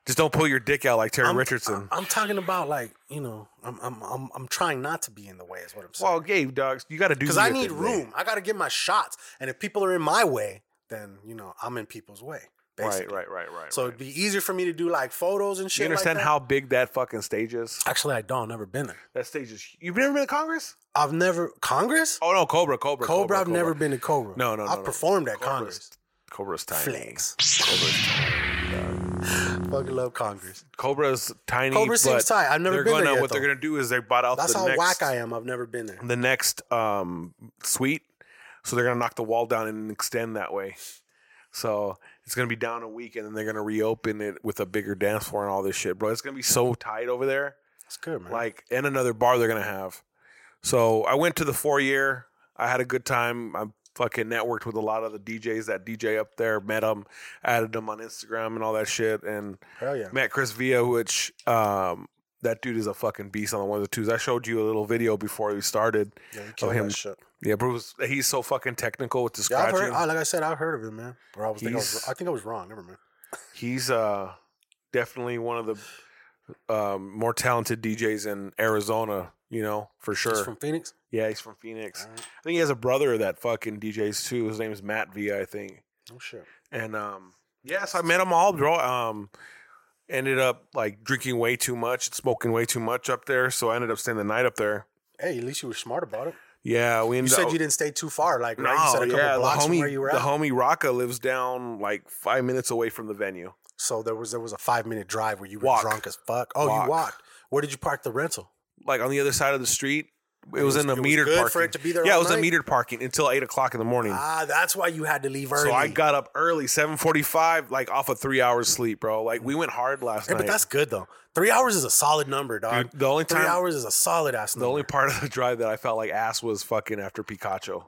S3: Just don't pull your dick out like Terry
S2: I'm,
S3: Richardson.
S2: I, am talking about like you know I'm, I'm I'm I'm trying not to be in the way is what I'm saying.
S3: well, Gabe, dogs, you got to do
S2: Because I
S3: your
S2: need
S3: thing, man.
S2: room. I got to get my shots, and if people are in my way, then you know I'm in people's way. Basically.
S3: Right, right, right, right.
S2: So
S3: right.
S2: it'd be easier for me to do like photos and
S3: you
S2: shit. like
S3: understand
S2: that.
S3: how big that fucking stage is?
S2: Actually, I don't. Never been there.
S3: That stage is. You've never been to Congress?
S2: I've never Congress.
S3: Oh no, Cobra, Cobra,
S2: Cobra, I've never been to Cobra.
S3: No, no, no,
S2: I've
S3: no.
S2: performed at Congress.
S3: Cobra's, Cobra's tiny.
S2: Flex.
S3: Cobra's,
S2: Fucking love Congress.
S3: Cobra's tiny.
S2: Cobra seems
S3: but
S2: tight. I've never
S3: they're
S2: been
S3: gonna,
S2: there yet,
S3: What they're
S2: though.
S3: gonna do is they bought out
S2: That's
S3: the
S2: how
S3: next,
S2: whack I am. I've never been there.
S3: the next um, suite, so they're gonna knock the wall down and extend that way. So it's gonna be down a week, and then they're gonna reopen it with a bigger dance floor and all this shit, bro. It's gonna be so tight over there.
S2: It's good, man.
S3: like and another bar they're gonna have. So I went to the four year. I had a good time. I fucking networked with a lot of the DJs that DJ up there. Met them, added them on Instagram and all that shit. And
S2: hell yeah.
S3: met Chris Villa, which um, that dude is a fucking beast on the ones and twos. I showed you a little video before we started
S2: Yeah, you
S3: of
S2: killed
S3: him.
S2: that shit.
S3: Yeah, Bruce. He's so fucking technical with the
S2: Yeah, I've
S3: scratching.
S2: heard, I- like I said, I've heard of him, man. Or I was, think I, was
S3: He's-
S2: I think I was wrong. Never mind.
S3: he's uh, definitely one of the um, more talented DJs in Arizona. You know, for sure.
S2: He's from Phoenix.
S3: Yeah, he's from Phoenix.
S2: Alright.
S3: I think he has a brother that fucking DJs too. His name is Matt Villa, I think.
S2: Oh shit.
S3: And um, yes, I met them all, bro. Um, ended up like drinking way too much, and smoking way too much up there, so I ended up staying the night up there.
S2: Hey, at least you were smart about it.
S3: Yeah, we
S2: You
S3: ended
S2: said
S3: up,
S2: you didn't stay too far. Like
S3: No,
S2: right? you said a couple
S3: yeah,
S2: blocks
S3: the
S2: from
S3: homie,
S2: where you were
S3: the
S2: at.
S3: homie Raka lives down like five minutes away from the venue.
S2: so there was there was a five minute drive where you were
S3: Walk.
S2: drunk as fuck. Oh,
S3: Walk.
S2: you walked. Where did you park the rental?
S3: Like on the other side of the street, It was, in a
S2: it was
S3: metered
S2: good
S3: parking.
S2: for it to be there
S3: yeah,
S2: all
S3: it was a
S2: night?
S3: metered parking until eight o'clock in the morning.
S2: Ah, that's why you had to leave early.
S3: Mm. So I got up early, seven forty-five, like off of three hours sleep, bro. Like we went hard last
S2: Hey,
S3: night.
S2: but that's good though. Three hours is a solid number, dog.
S3: Dude, the only
S2: three
S3: time-
S2: hours is a solid ass
S3: the
S2: number.
S3: only part of the drive that I felt like ass was fucking after Pikachu.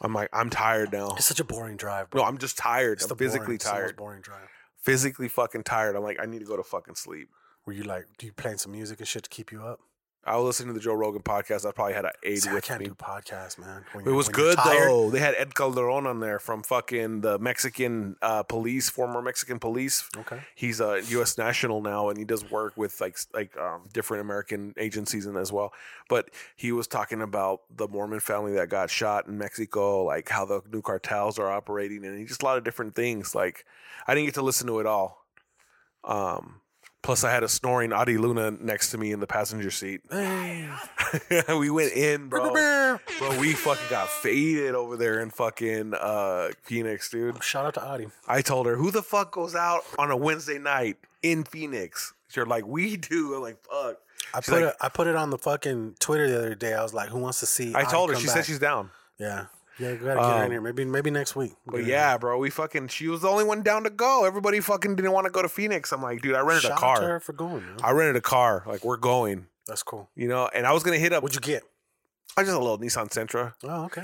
S3: I'm like, I'm tired now.
S2: it's such a boring drive, bro.
S3: No, I'm just tired.
S2: it's
S3: I'm physically
S2: boring, it's the most
S3: tired.
S2: boring drive.
S3: Physically fucking tired. I'm like, I need to go to fucking sleep.
S2: Were you like, do you playing some music and shit to keep you up?
S3: I was listening to the Joe Rogan podcast. I probably had an aid
S2: See, I
S3: with
S2: can't
S3: me.
S2: do podcasts, man. When
S3: It
S2: you're-
S3: was
S2: when you're
S3: good
S2: tired,
S3: though. They had Ed Calderon on there from fucking the Mexican uh, police, former Mexican police.
S2: Okay.
S3: He's a U.S. national now, and he does work with like s- like um, different American agencies and as well. But he was talking about the Mormon family that got shot in Mexico, like how the new cartels are operating, and he just a lot of different things. Like I didn't get to listen to it all. Um, plus, I had a snoring Adi Luna next to me in the passenger seat. we went in, bro. Bro, we fucking got faded over there in fucking uh, Phoenix, dude.
S2: Shout out to Adi.
S3: I told her, who the fuck goes out on a Wednesday night in Phoenix? You're like, we do. I'm like, fuck.
S2: I
S3: She's
S2: put
S3: like-
S2: it, I put it on the fucking Twitter the other day. I was like, who wants to see?
S3: I
S2: Adi
S3: told her.
S2: come
S3: She
S2: back?
S3: said she's down.
S2: yeah. Yeah, we gotta get her
S3: Um,
S2: in here. Maybe maybe next week.
S3: But yeah, bro, we fucking. She was the only one down to go. Everybody fucking didn't want to go to Phoenix. I'm like, dude, I rented
S2: Shout
S3: a
S2: out to her
S3: car. Uh,
S2: for going. man.
S3: I rented a car. Like, we're going.
S2: That's cool.
S3: You know, and I was gonna hit up.
S2: What'd you get?
S3: I just a little Nissan Sentra,
S2: Oh, okay.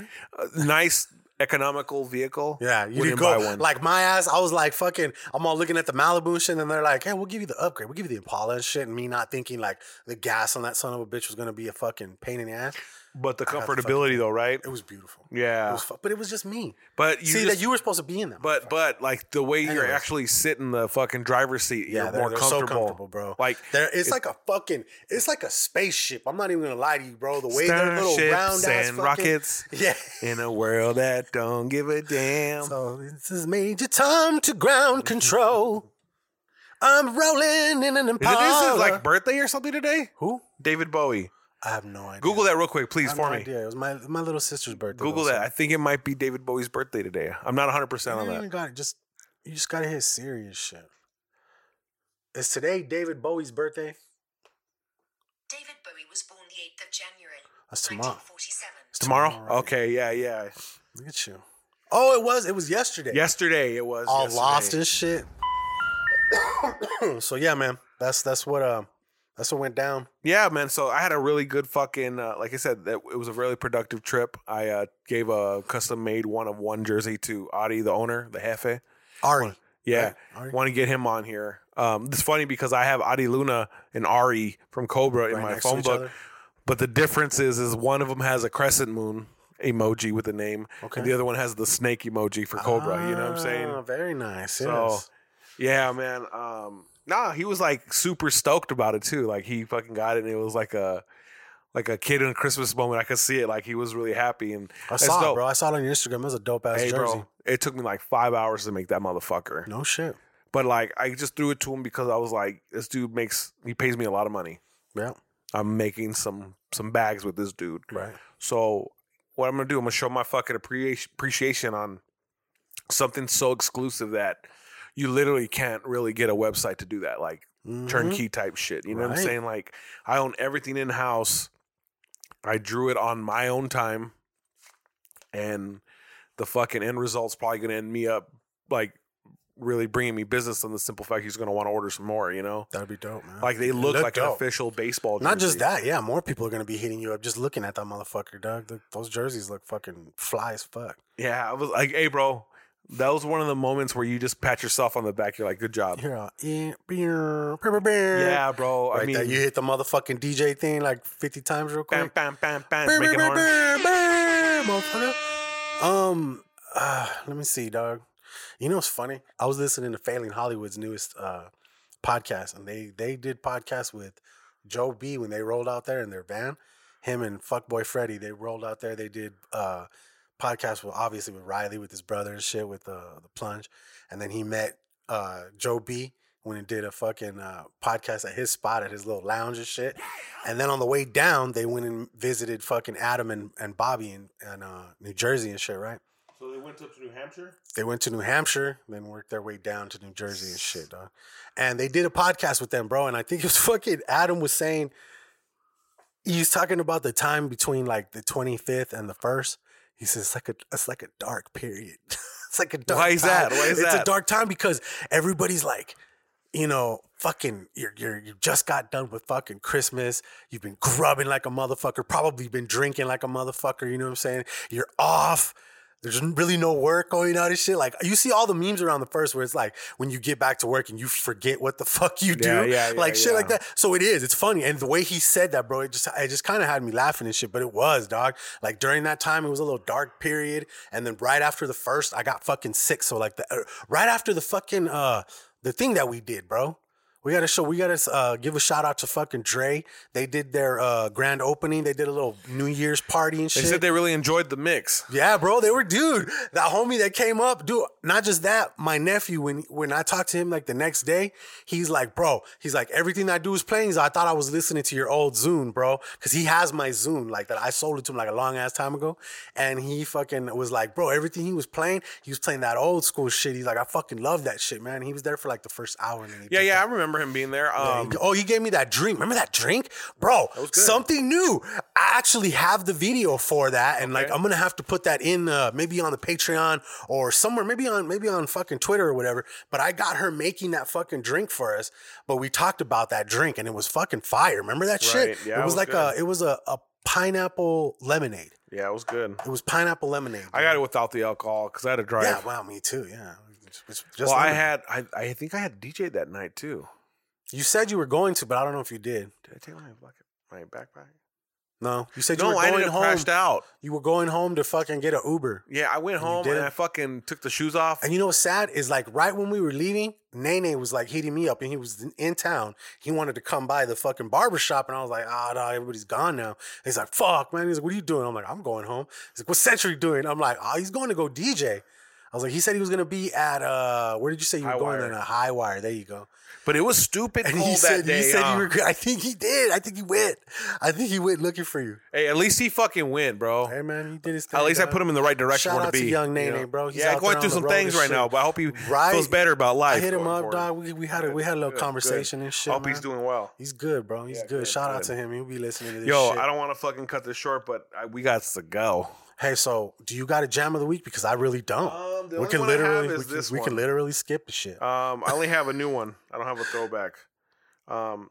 S3: a nice economical vehicle.
S2: Yeah, you
S3: We
S2: didn't
S3: didn't
S2: go
S3: buy one.
S2: like my ass. I was like, fucking, I'm all looking at the Malibu and shit, and they're like, hey, we'll give you the upgrade, we'll give you the Impala and shit, and me not thinking like the gas on that son of a bitch was gonna be a fucking pain in the ass.
S3: but the
S2: I got the
S3: comfortability,
S2: fucking-
S3: though, right?
S2: It was beautiful.
S3: Yeah.
S2: it was fu- but it was just me.
S3: But you
S2: See
S3: just-
S2: that you were supposed to be in them,
S3: But but like the way you're
S2: Anyways.
S3: actually sitting the fucking driver's seat,
S2: yeah,
S3: you're
S2: they're,
S3: more
S2: they're
S3: comfortable.
S2: so comfortable, bro.
S3: Like
S2: They're, it's, like a fucking, it's like a spaceship. I'm not even gonna lie to you, bro. The way they're little
S3: starships
S2: round ass
S3: and rockets
S2: yeah.
S3: in a world that don't give a damn.
S2: So this is Major Tom to ground control. I'm rolling in an
S3: Is it
S2: Impala.
S3: is his like birthday or something today?
S2: Who?
S3: David Bowie.
S2: I have no idea.
S3: Google that real quick, please,
S2: I have
S3: for
S2: no
S3: me.
S2: Idea. It was my my little sister's birthday.
S3: Google that. I think it might be David Bowie's birthday today. I'm not 100 percent
S2: I
S3: on
S2: don't
S3: that.
S2: even got it. Just you just gotta hit serious shit. Is today David Bowie's birthday?
S1: David Bowie was born the 8th of January,
S2: That's tomorrow.
S1: 1947.
S3: Tomorrow?
S2: Tomorrow, right.
S3: Okay, yeah, yeah.
S2: Look at you. Oh, it was. It was yesterday.
S3: Yesterday it was.
S2: All
S3: yesterday.
S2: lost and shit. so yeah, man. That's that's what uh that's what went down.
S3: Yeah, man. So I had a really good fucking, uh, like I said, that it was a really productive trip. I uh, gave a custom made one of one jersey to Adi, the owner, the jefe.
S2: Ari.
S3: Yeah,
S2: Right, Ari.
S3: want to get him on here. Um, it's funny because I have Adi Luna and Ari from Cobra in
S2: Right
S3: my
S2: next to
S3: phone
S2: each
S3: book,
S2: other?
S3: but the difference is, is one of them has a crescent moon emoji with the name,
S2: Okay.
S3: and the other one has the snake emoji for Cobra. you know what I'm
S2: Ah,
S3: saying?
S2: Very nice.
S3: So,
S2: yes.
S3: Yeah, man. Um, nah, he was like super stoked about it too. Like he fucking got it, and it was like a like a kid in a Christmas moment. I could see it. Like he was really happy, and
S2: I
S3: it's
S2: saw it,
S3: dope.
S2: bro. I saw it on your Instagram. It was a dope ass
S3: Hey,
S2: jersey.
S3: bro, it took me like five hours to make that motherfucker.
S2: No shit.
S3: But like, I just threw it to him because I was like, this dude makes he pays me a lot of money.
S2: Yeah.
S3: I'm making some some bags with this dude.
S2: Right.
S3: So what I'm gonna do? I'm gonna show my fucking appreci- appreciation on something so exclusive that you literally can't really get a website to do that, like turnkey type shit. You know what I'm
S2: Mm-hmm. Right.
S3: saying? Like I own everything in house. I drew it on my own time, and the fucking end result's probably gonna end me up like really bringing me business on the simple fact he's gonna want to order some more. You know,
S2: That'd be dope, man.
S3: like they
S2: It
S3: look
S2: looked
S3: like an
S2: dope.
S3: official baseball.
S2: Not
S3: jersey.
S2: just that, yeah. More people are gonna be hitting you up just looking at that motherfucker, Doug. Th- Those jerseys look fucking fly as fuck.
S3: Yeah, I was like, hey, bro, that was one of the moments where you just pat yourself on the back. You're like, good job.
S2: Here, uh, eh, beer, beer, beer, beer.
S3: Yeah, bro.
S2: Right
S3: I mean,
S2: there, you hit the motherfucking DJ thing like fifty times real quick.
S3: bam, bam, bam, bam,
S2: Beer,
S3: make
S2: beer,
S3: an
S2: beer,
S3: orange.
S2: beer, beer, motherfucker. Um, uh, let me see, dog. You know what's funny? I was listening to Failing Hollywood's newest uh, podcast, and they they did podcast with Joe B when they rolled out there in their van. Him and Fuckboy Freddy, they rolled out there. They did uh, podcast with obviously with Riley with his brother and shit with uh, the plunge, and then he met uh, Joe B when he did a fucking uh, podcast at his spot at his little lounge and shit. And then on the way down, they went and visited fucking Adam and, and Bobby in, in uh, New Jersey and shit, right?
S3: So they went up to New Hampshire?
S2: they went to New Hampshire, then worked their way down to New Jersey and shit, dog. And they did a podcast with them, bro. And I think it was fucking Adam was saying he's talking about the time between like the 25th and the first. He says it's like a it's like a dark period. it's like a dark.
S3: Why is
S2: time.
S3: that? Why is
S2: it's It's a
S3: that?
S2: dark time because everybody's like, you know, fucking. You're you're you just got done with fucking Christmas. You've been grubbing like a motherfucker. Probably been drinking like a motherfucker. You know what I'm saying? You're off. There's really no work going on and shit. Like you see all the memes around the first where it's like when you get back to work and you forget what the fuck you do,
S3: Yeah, yeah, yeah,
S2: like shit like
S3: yeah.
S2: that that. So it is. It's funny, and the way he said that, bro, it just it just kind of had me laughing and shit. But it was, dog. Like during that time, it was a little dark period, and then right after the first, I got fucking sick. So like the uh, right after the fucking uh the thing that we did, bro. We gotta show. We gotta uh, give a shout out to fucking Dre. They did their uh, grand opening. They did a little New Year's party and
S3: They
S2: shit.
S3: said they really enjoyed the mix.
S2: Yeah, bro, they were dude. That homie that came up, dude. Not just that, my nephew. When when I talked to him like the next day, he's like, bro, he's like, everything I do is playing. He's like, I thought I was listening to your old Zune, bro, because he has my Zune like that. I sold it to him like a long ass time ago, and he fucking was like, bro, everything he was playing, he was playing that old school shit. He's like, I fucking love that shit, man. He was there for like the first hour. And then he
S3: Yeah, yeah, I remember him being there. Um,
S2: Oh, he gave me that drink. Remember that drink? Bro, something new. I actually have the video for that. And like I'm gonna have to put that in uh, maybe on the Patreon or somewhere, maybe on maybe on fucking Twitter or whatever. But I got her making that fucking drink for us. But we talked about that drink and it was fucking fire. Remember that
S3: Right.
S2: shit?
S3: Yeah,
S2: it
S3: it
S2: was
S3: was
S2: like
S3: good.
S2: a it was a, a pineapple lemonade.
S3: yeah, it was good.
S2: It was pineapple lemonade.
S3: I got it without the alcohol because I had to drive.
S2: Yeah, wow, me too. Yeah. It's- it's just
S3: well, I
S2: lemonade.
S3: had I, I think I had DJ that night too.
S2: you said you were going to, but I don't know if you did.
S3: Did I take my bucket, my backpack?
S2: No, you said you
S3: no,
S2: were
S3: I ended
S2: going
S3: up
S2: home.
S3: crashed out.
S2: You were going home to fucking get an Uber.
S3: Yeah, I went
S2: And you
S3: home and
S2: didn't?
S3: I fucking took the shoes off.
S2: And you know what's sad is like right when we were leaving, Nene was like hitting me up and he was in- in town. He wanted to come by the fucking barber shop and I was like, ah, no, everybody's gone now. And he's like, fuck, man. He's like, what are you doing? I'm like, I'm going home. He's like, what's Century doing? I'm like, oh, he's going to go DJ. I was like, he said he was gonna be at uh, where did you say you were going?
S3: Highwire.
S2: In a high wire. There you go.
S3: But it was stupid
S2: And
S3: cold
S2: he said,
S3: that day. uh,
S2: he said
S3: huh?
S2: you were. I think he did. I think he went. I think he went looking for you.
S3: Hey, at least he fucking win, bro.
S2: Hey man, he did his thing.
S3: At least I
S2: dog.
S3: put him in the right direction
S2: Shout
S3: where to
S2: out
S3: be.
S2: to young
S3: you know?
S2: Nene, bro. He's
S3: yeah,
S2: out
S3: going
S2: there
S3: through
S2: on
S3: some
S2: the road
S3: things
S2: and
S3: right now,
S2: shit.
S3: but I hope he
S2: Right.
S3: feels better about life.
S2: I hit him
S3: going
S2: up,
S3: forward.
S2: dog. We, we had a we had a little
S3: Good,
S2: conversation and shit.
S3: Hope he's
S2: man.
S3: doing well.
S2: He's good, bro. He's
S3: Yeah,
S2: good.
S3: good,
S2: Shout out
S3: good.
S2: to him. He'll be listening to this.
S3: Yo,
S2: shit.
S3: I don't want to fucking cut this short, but I, we got to go.
S2: Hey, so do you got a jam of the week? Because I really don't.
S3: Um, the
S2: we
S3: only
S2: can
S3: one I have
S2: literally
S3: is
S2: we, can,
S3: this
S2: we can
S3: one.
S2: literally skip the shit.
S3: Um, I only have a new one. I don't have a throwback. Um,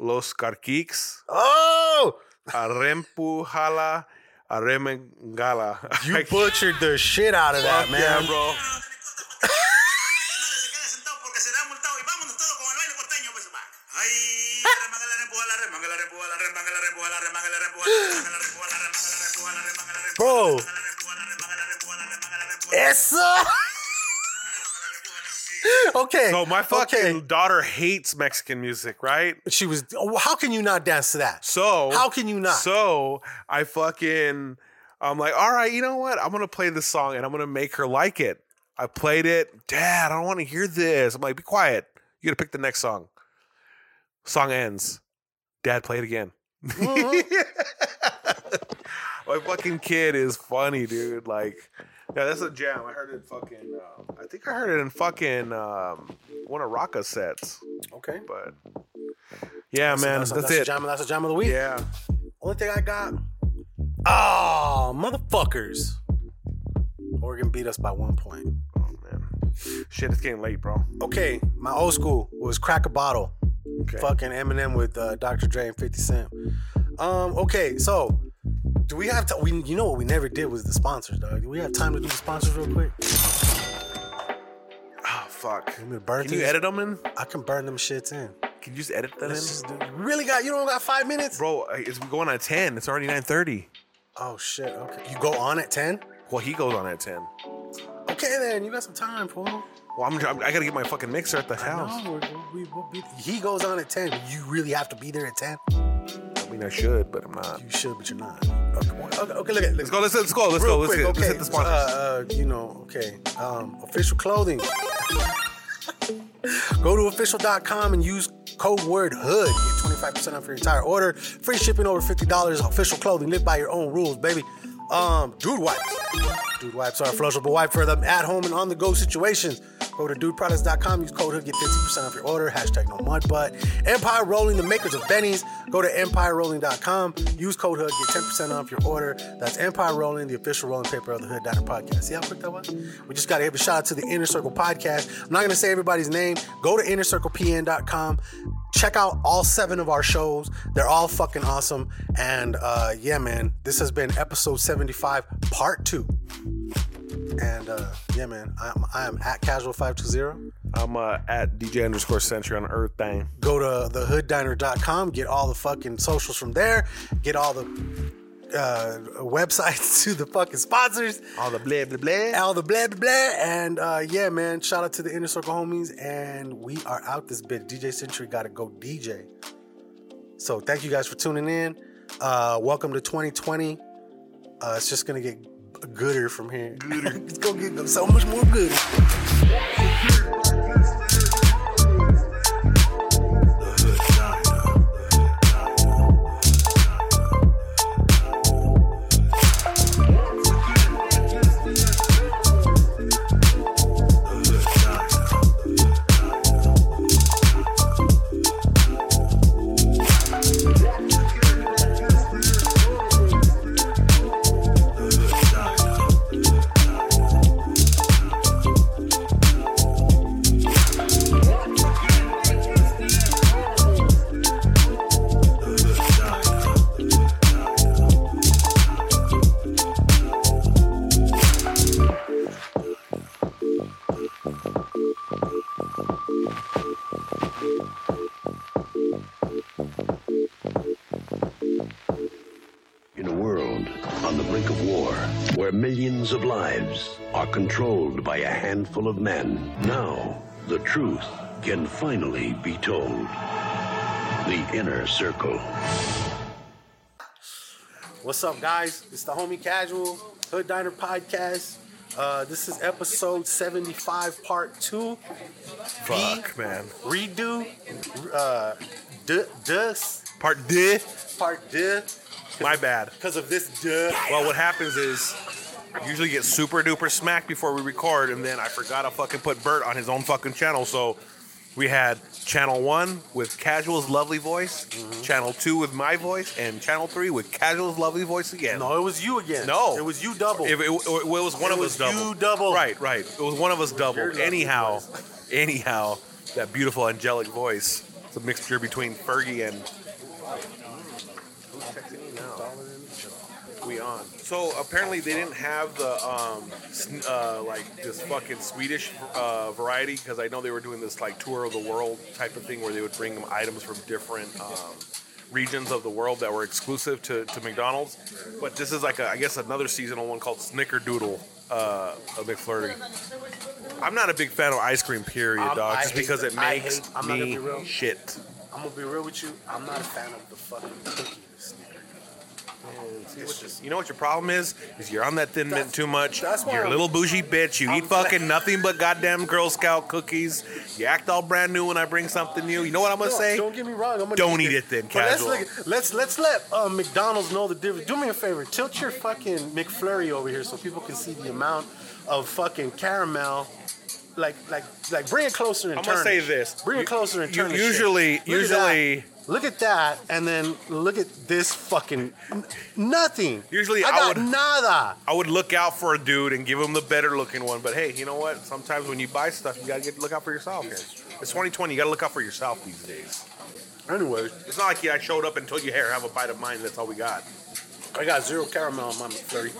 S3: Los Carquiques,
S2: oh,
S3: Arempujala, Aremengala.
S2: you butchered the shit out of that, man.
S3: Yeah, bro.
S2: Bro. Esa. okay.
S3: So my fucking
S2: Okay.
S3: daughter hates Mexican music, right?
S2: She was. oh, How can you not dance to that?
S3: So
S2: How can you not?
S3: So I fucking I'm like, all right, you know what? I'm gonna play this song and I'm gonna make her like it. I played it. Dad, I don't want to hear this. I'm like, be quiet. You gotta pick the next song. Song ends. Dad, play it again.
S2: Mm-hmm.
S3: My fucking kid is funny, dude. Like, yeah, that's a jam. I heard it fucking. Uh, I think I heard it in fucking um, one of Rocka's sets.
S2: Okay.
S3: But yeah,
S2: That's a-
S3: man,
S2: that's,
S3: that's,
S2: a- that's a
S3: it.
S2: jam, that's a jam of the week.
S3: Yeah.
S2: Only thing I got. Oh, motherfuckers. Oregon beat us by one point.
S3: Oh man, shit, it's getting late, bro.
S2: Okay, my old school was crack a bottle.
S3: Okay.
S2: Fucking Eminem with uh, Dr. Dre and 50 Cent. Um, okay, so do we have to we you know what we never did was the sponsors, dog. Do we have time to do the sponsors real quick?
S3: Oh fuck.
S2: You want me to burn
S3: Can
S2: through
S3: you
S2: this?
S3: edit them in?
S2: I can burn them shits in.
S3: Can you just edit them in,
S2: Let's just do- you really got you don't got five minutes?
S3: bro? I- It's going at ten. It's already nine thirty.
S2: Oh shit, okay. You go on at ten?
S3: Well, he goes on at ten.
S2: Okay then, you got some time, fool.
S3: Well, I'm, I'm I gotta get my fucking mixer at the house.
S2: No, we, we, we'll be, he goes on at 10. You really have to be there at 10?
S3: I mean, I should, but I'm not.
S2: You should, but you're not. Okay, okay, okay, look at
S3: Let's go. Let's, let's go. Let's go. Let's,
S2: quick,
S3: hit,
S2: okay.
S3: let's hit the sponsors.
S2: Uh, uh, you know, okay. Um, official clothing. go to official.com and use code word hood. Get 25% off your entire order. Free shipping over $50. Official clothing. Live by your own rules, baby. Um, dude wipes. Dude wipes are a flushable wipe for them at home and on the go situations. Go to dudeproducts.com, use code HOOD, get 50% off your order, hashtag no mud butt. Empire Rolling, the makers of Benny's, go to empirerolling.com, use code HOOD, get 10% off your order. That's Empire Rolling, the official rolling paper of the Hood Diner podcast. See how quick that was? We just got to give a shout out to the Inner Circle podcast. I'm not going to say everybody's name. Go to innercirclepn.com, check out all seven of our shows. They're all fucking awesome. And uh, yeah, man, this has been episode 75, part two. And uh, yeah, man, I'm, I'm at casual520.
S3: I'm uh, at DJ underscore Century on Earth thing.
S2: Go to thehooddiner.com, get all the fucking socials from there, get all the uh, websites to the fucking sponsors,
S3: All the blah blah blah.
S2: all the blah, blah, blah. And uh, yeah, man, shout out to the Inner Circle homies. And we are out this bit. DJ Century got to go DJ. So thank you guys for tuning in. Uh, welcome to 2020. Uh, it's just going to get gooder from here. Gooder. it's going to get so much more gooder.
S12: In a world on the brink of war, where millions of lives are controlled by a handful of men, now the truth can finally be told. The Inner Circle.
S2: What's up, guys? It's the Homie Casual Hood Diner Podcast. Uh, this is episode 75, part two.
S3: Fuck, man.
S2: Redo. Uh, duh, dus,
S3: Part D.
S2: part duh.
S3: My bad.
S2: Because of this duh.
S3: Well, what happens is I usually get super duper smacked before we record, and then I forgot to fucking put Bert on his own fucking channel. So we had channel one with Casual's lovely voice,
S2: Mm-hmm.
S3: channel two with my voice, and channel three with Casual's lovely voice again.
S2: No, it was you again.
S3: No.
S2: It was you double.
S3: If it, it was one
S2: It
S3: of
S2: was
S3: us double.
S2: you double.
S3: Right, right. It was one of us
S2: your
S3: double.
S2: lovely
S3: Anyhow, anyhow, that beautiful angelic voice. It's a mixture between Fergie and We on. So apparently they didn't have the um, sn- uh, like this fucking Swedish uh, variety because I know they were doing this like tour of the world type of thing where they would bring them items from different um, regions of the world that were exclusive to, to McDonald's. But this is like a, I guess another seasonal one called Snickerdoodle uh, of McFlurry. I'm not a big fan of ice cream, period,
S2: I'm-
S3: dog.
S2: I
S3: Just
S2: hate
S3: because
S2: that-
S3: it
S2: I
S3: makes
S2: hate- I'm not gonna
S3: me
S2: be real.
S3: shit.
S2: I'm going to be real with you. I'm not a fan of the fucking cookie sneaker.
S3: It's just- you know what your problem is? Is you're on that thin mint too much.
S2: that's why
S3: You're a
S2: I'm-
S3: little bougie bitch. You eat
S2: glad-
S3: fucking nothing but goddamn Girl Scout cookies. You act all brand new when I bring something new. You know what I'm gonna
S2: No,
S3: say?
S2: Don't get me wrong. I'm gonna
S3: Don't
S2: eat
S3: eat it then,
S2: But let's
S3: casual.
S2: look- Let's, let's let uh, McDonald's know the difference. Do me a favor. Tilt your fucking McFlurry over here so people can see the amount of fucking caramel. Like like like bring it closer and
S3: I'm
S2: turn.
S3: gonna say
S2: it.
S3: this.
S2: Bring it
S3: You-
S2: closer and
S3: you-
S2: turn. it.
S3: usually-
S2: shit. Look at
S3: usually-
S2: that. Look at that, and then look at this fucking n- nothing.
S3: Usually
S2: I
S3: I
S2: got
S3: would-
S2: nada.
S3: I would look out for a dude and give him the better looking one. But hey, you know what? Sometimes when you buy stuff, you gotta get look out for yourself. Here. It's 2020. You gotta look out for yourself these days.
S2: Anyways,
S3: It's not like yeah, I showed up and told you, "Here, have a bite of mine." That's all we got.
S2: I got zero caramel on my McFlurry.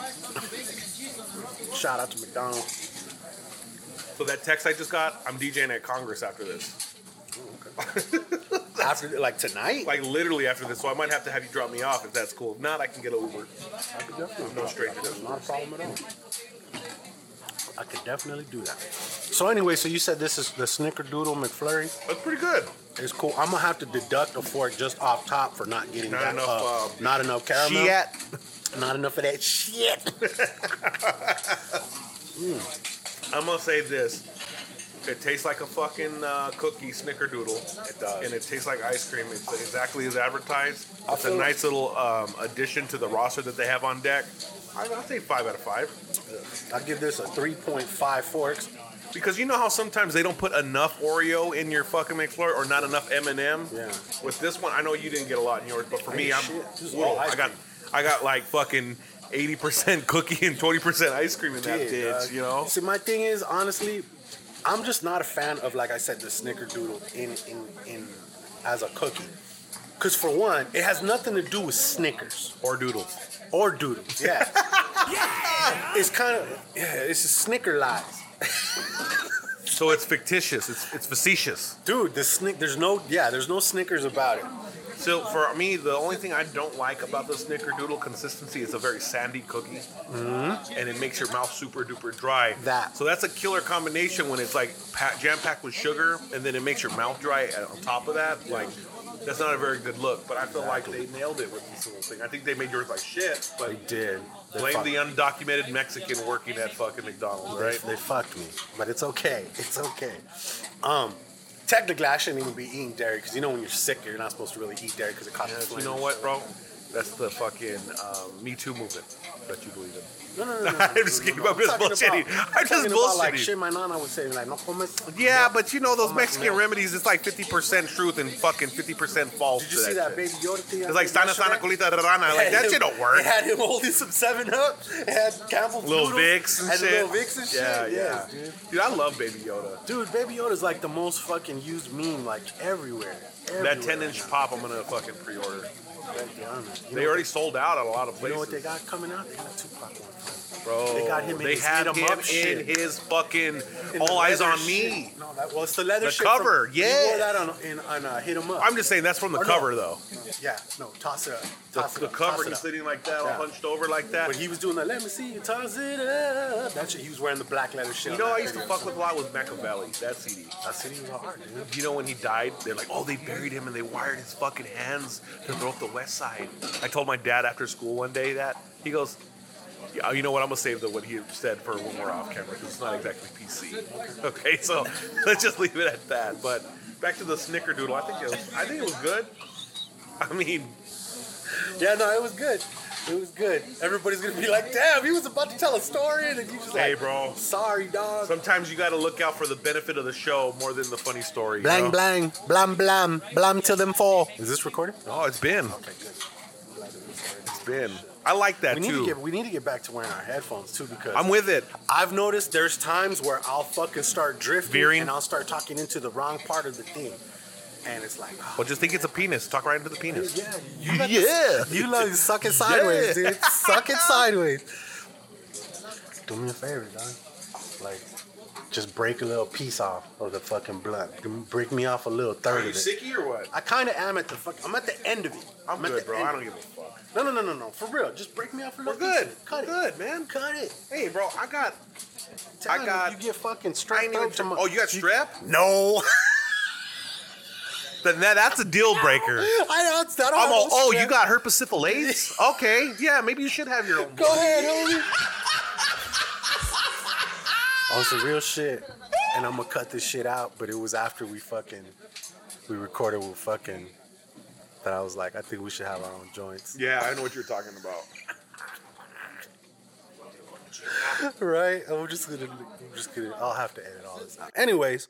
S2: Shout out to McDonald's.
S3: So that text I just got, I'm DJing at Congress after this.
S2: After like tonight.
S3: Like literally after this. So I might have to have you drop me off if that's cool. If not, I can get an Uber.
S2: I could definitely
S3: No
S2: do
S3: straight
S2: that.
S3: to
S2: Not a problem at all. I could definitely do that. So anyway, so you said this is the Snickerdoodle McFlurry.
S3: That's pretty good.
S2: It's cool. I'm gonna have to deduct a fork just off top for not getting
S3: Not
S2: that.
S3: enough,
S2: uh,
S3: uh,
S2: not enough caramel.
S3: Shit.
S2: Not enough of that shit.
S3: I'm gonna say this. It tastes like a fucking uh, cookie snickerdoodle. It does. And it tastes like ice cream. It's exactly as advertised. It's a
S2: feel-
S3: nice little um, addition to the roster that they have on deck. I- I'll say five out of five.
S2: I give this a 3.5 forks.
S3: Because you know how sometimes they don't put enough Oreo in your fucking McFlurry or not enough M and M. Yeah. With this one, I know you didn't get a lot in yours, but for me,
S2: Hey,
S3: I'm
S2: shit, this is
S3: whoa,
S2: all ice
S3: I got I got like fucking eighty percent cookie and twenty percent ice cream in that
S2: Did,
S3: bitch.
S2: dog.
S3: You know.
S2: See, my thing is honestly, I'm just not a fan of like I said the snickerdoodle in in in as a cookie. Cause for one, it has nothing to do with Snickers
S3: or doodles
S2: or doodles. Yeah, it's kind of yeah, it's a Snicker lies.
S3: So it's fictitious. It's it's facetious.
S2: Dude, the snick. There's no yeah. There's no Snickers about it.
S3: So for me, the only thing I don't like about the snickerdoodle consistency is a very sandy cookie,
S2: Mhm.
S3: and it makes your mouth super duper dry.
S2: That.
S3: So that's a killer combination when it's like jam packed with sugar, and then it makes your mouth dry and on top of that. Like that's not a very good look. But I feel like they nailed it with this little thing. I think they made yours like shit. But
S2: They did. They
S3: blame
S2: fucked-
S3: the undocumented Mexican working at fucking McDonald's,
S2: They-
S3: right?
S2: They, fucked me, but it's okay. It's okay. Um, technically, I shouldn't even be eating dairy because you know when you're sick, you're not supposed to really eat dairy because it causes.
S3: Yes, you
S2: flames.
S3: know what, bro? That's the fucking uh, Me Too movement that you believe in.
S2: No, no, no. no,
S3: I'm just kidding. I'm just
S2: talking
S3: bullshitting.
S2: about-
S3: I'm just
S2: talking about, like
S3: bullshitting.
S2: shit my nana would say, like, no comes.
S3: Yeah, but you know those
S2: Comas
S3: Mexican
S2: milk.
S3: remedies, it's like 50% truth and fucking 50% false.
S2: Did you see that baby Yoda thing?
S3: It's like sana sana colita de rana. Like that shit don't
S2: It
S3: work.
S2: had him holding some Seven Up. It had Campbell's
S3: Little
S2: noodles,
S3: Vicks and
S2: had
S3: shit.
S2: Little Vicks and shit.
S3: Yeah,
S2: yes,
S3: yeah.
S2: dude.
S3: Dude, I love Baby Yoda.
S2: Dude, Baby Yoda's like the most fucking used meme, like everywhere. everywhere
S3: That 10 inch pop, I'm gonna fucking pre order. They
S2: know-
S3: already sold out at a lot of places.
S2: You know what they got coming out? They got Tupac one.
S3: Bro,
S2: They got him in
S3: they
S2: his
S3: have
S2: hit 'em
S3: him
S2: up
S3: in
S2: shit.
S3: his fucking
S2: In the
S3: All Eyes
S2: leather
S3: on
S2: shit.
S3: Me.
S2: No, that well, it's the leather
S3: The
S2: shit
S3: cover,
S2: from,
S3: yeah.
S2: He wore that on, in, on uh, Hit 'em Up.
S3: I'm just saying that's from the
S2: Or no.
S3: cover though.
S2: Yeah, no, toss it up.
S3: The,
S2: Toss it
S3: the
S2: up,
S3: cover,
S2: toss it
S3: he's
S2: up.
S3: sitting like that, all
S2: Yeah.
S3: hunched over like that.
S2: But he was doing that, let me see you toss it up. That shit, he was wearing the black leather shit.
S3: You know, I used to fuck with a lot was Machiavelli. That CD.
S2: That CD was hard, dude.
S3: You know, when he died, they're like, "Oh, they buried him and they wired his fucking hands to throw up the West Side." I told my dad after school one day that he goes, yeah, "You know what? I'm gonna save the what he said for when we're off camera because it's not exactly PC." Okay, so let's just leave it at that. But back to the Snickerdoodle. I think it was. I think it was good. I mean,
S2: Yeah, no, it was good. It was good. Everybody's gonna be like, damn, he was about to tell a story, and then you just
S3: hey,
S2: like,
S3: bro.
S2: Sorry, dog.
S3: Sometimes you gotta look out for the benefit of the show more than the funny story. you know?
S2: blang, blang, blam, blam, blam till them fall. Is this recorded?
S3: Oh, it's been. Okay, good. It's been. I like that
S2: we need
S3: too.
S2: to get we need to get back to wearing our headphones too because
S3: I'm with it.
S2: I've noticed there's times where I'll fucking start drifting
S3: Veering.
S2: and I'll start talking into the wrong part of the thing, and it's like, oh,
S3: Well, just think it's a penis. Talk right into the penis.
S2: yeah,
S3: You yeah.
S2: you love suck it sideways,
S3: Yeah.
S2: dude. Suck it sideways. Do me a favor, dog. Like, just break a little piece off of the fucking blunt. Break me off a little third
S3: Are you
S2: of it.
S3: sicky or what?
S2: I kind of am at the fuck. I'm at the end of it.
S3: I'm
S2: at
S3: good,
S2: the
S3: bro.
S2: end
S3: I
S2: of
S3: don't
S2: it.
S3: give a fuck.
S2: No, no, no, no, no. For real, just break me off a
S3: We're
S2: little.
S3: good.
S2: piece of it. Cut
S3: We're good,
S2: it,
S3: man.
S2: Cut it.
S3: Hey, bro, I got.
S2: Tell
S3: I
S2: him
S3: got.
S2: You get
S3: I
S2: fucking
S3: ain't
S2: strapped
S3: even
S2: up to
S3: tr-
S2: my.
S3: oh, you got strep?
S2: No,
S3: Then that, that's a deal breaker.
S2: I don't. I don't
S3: I'm
S2: have
S3: all,
S2: no
S3: oh,
S2: strap.
S3: you got herpesiphilates? Okay, yeah, maybe you should have your own.
S2: oh, Go ahead, homie. On some real shit, and I'm gonna cut this shit out. But it was after we fucking we recorded with fucking that I was like, I think we should have our own joints,
S3: Yeah, I know what you're talking about.
S2: right? I'm just gonna, I'm just gonna, I'll have to edit all this out. Anyways,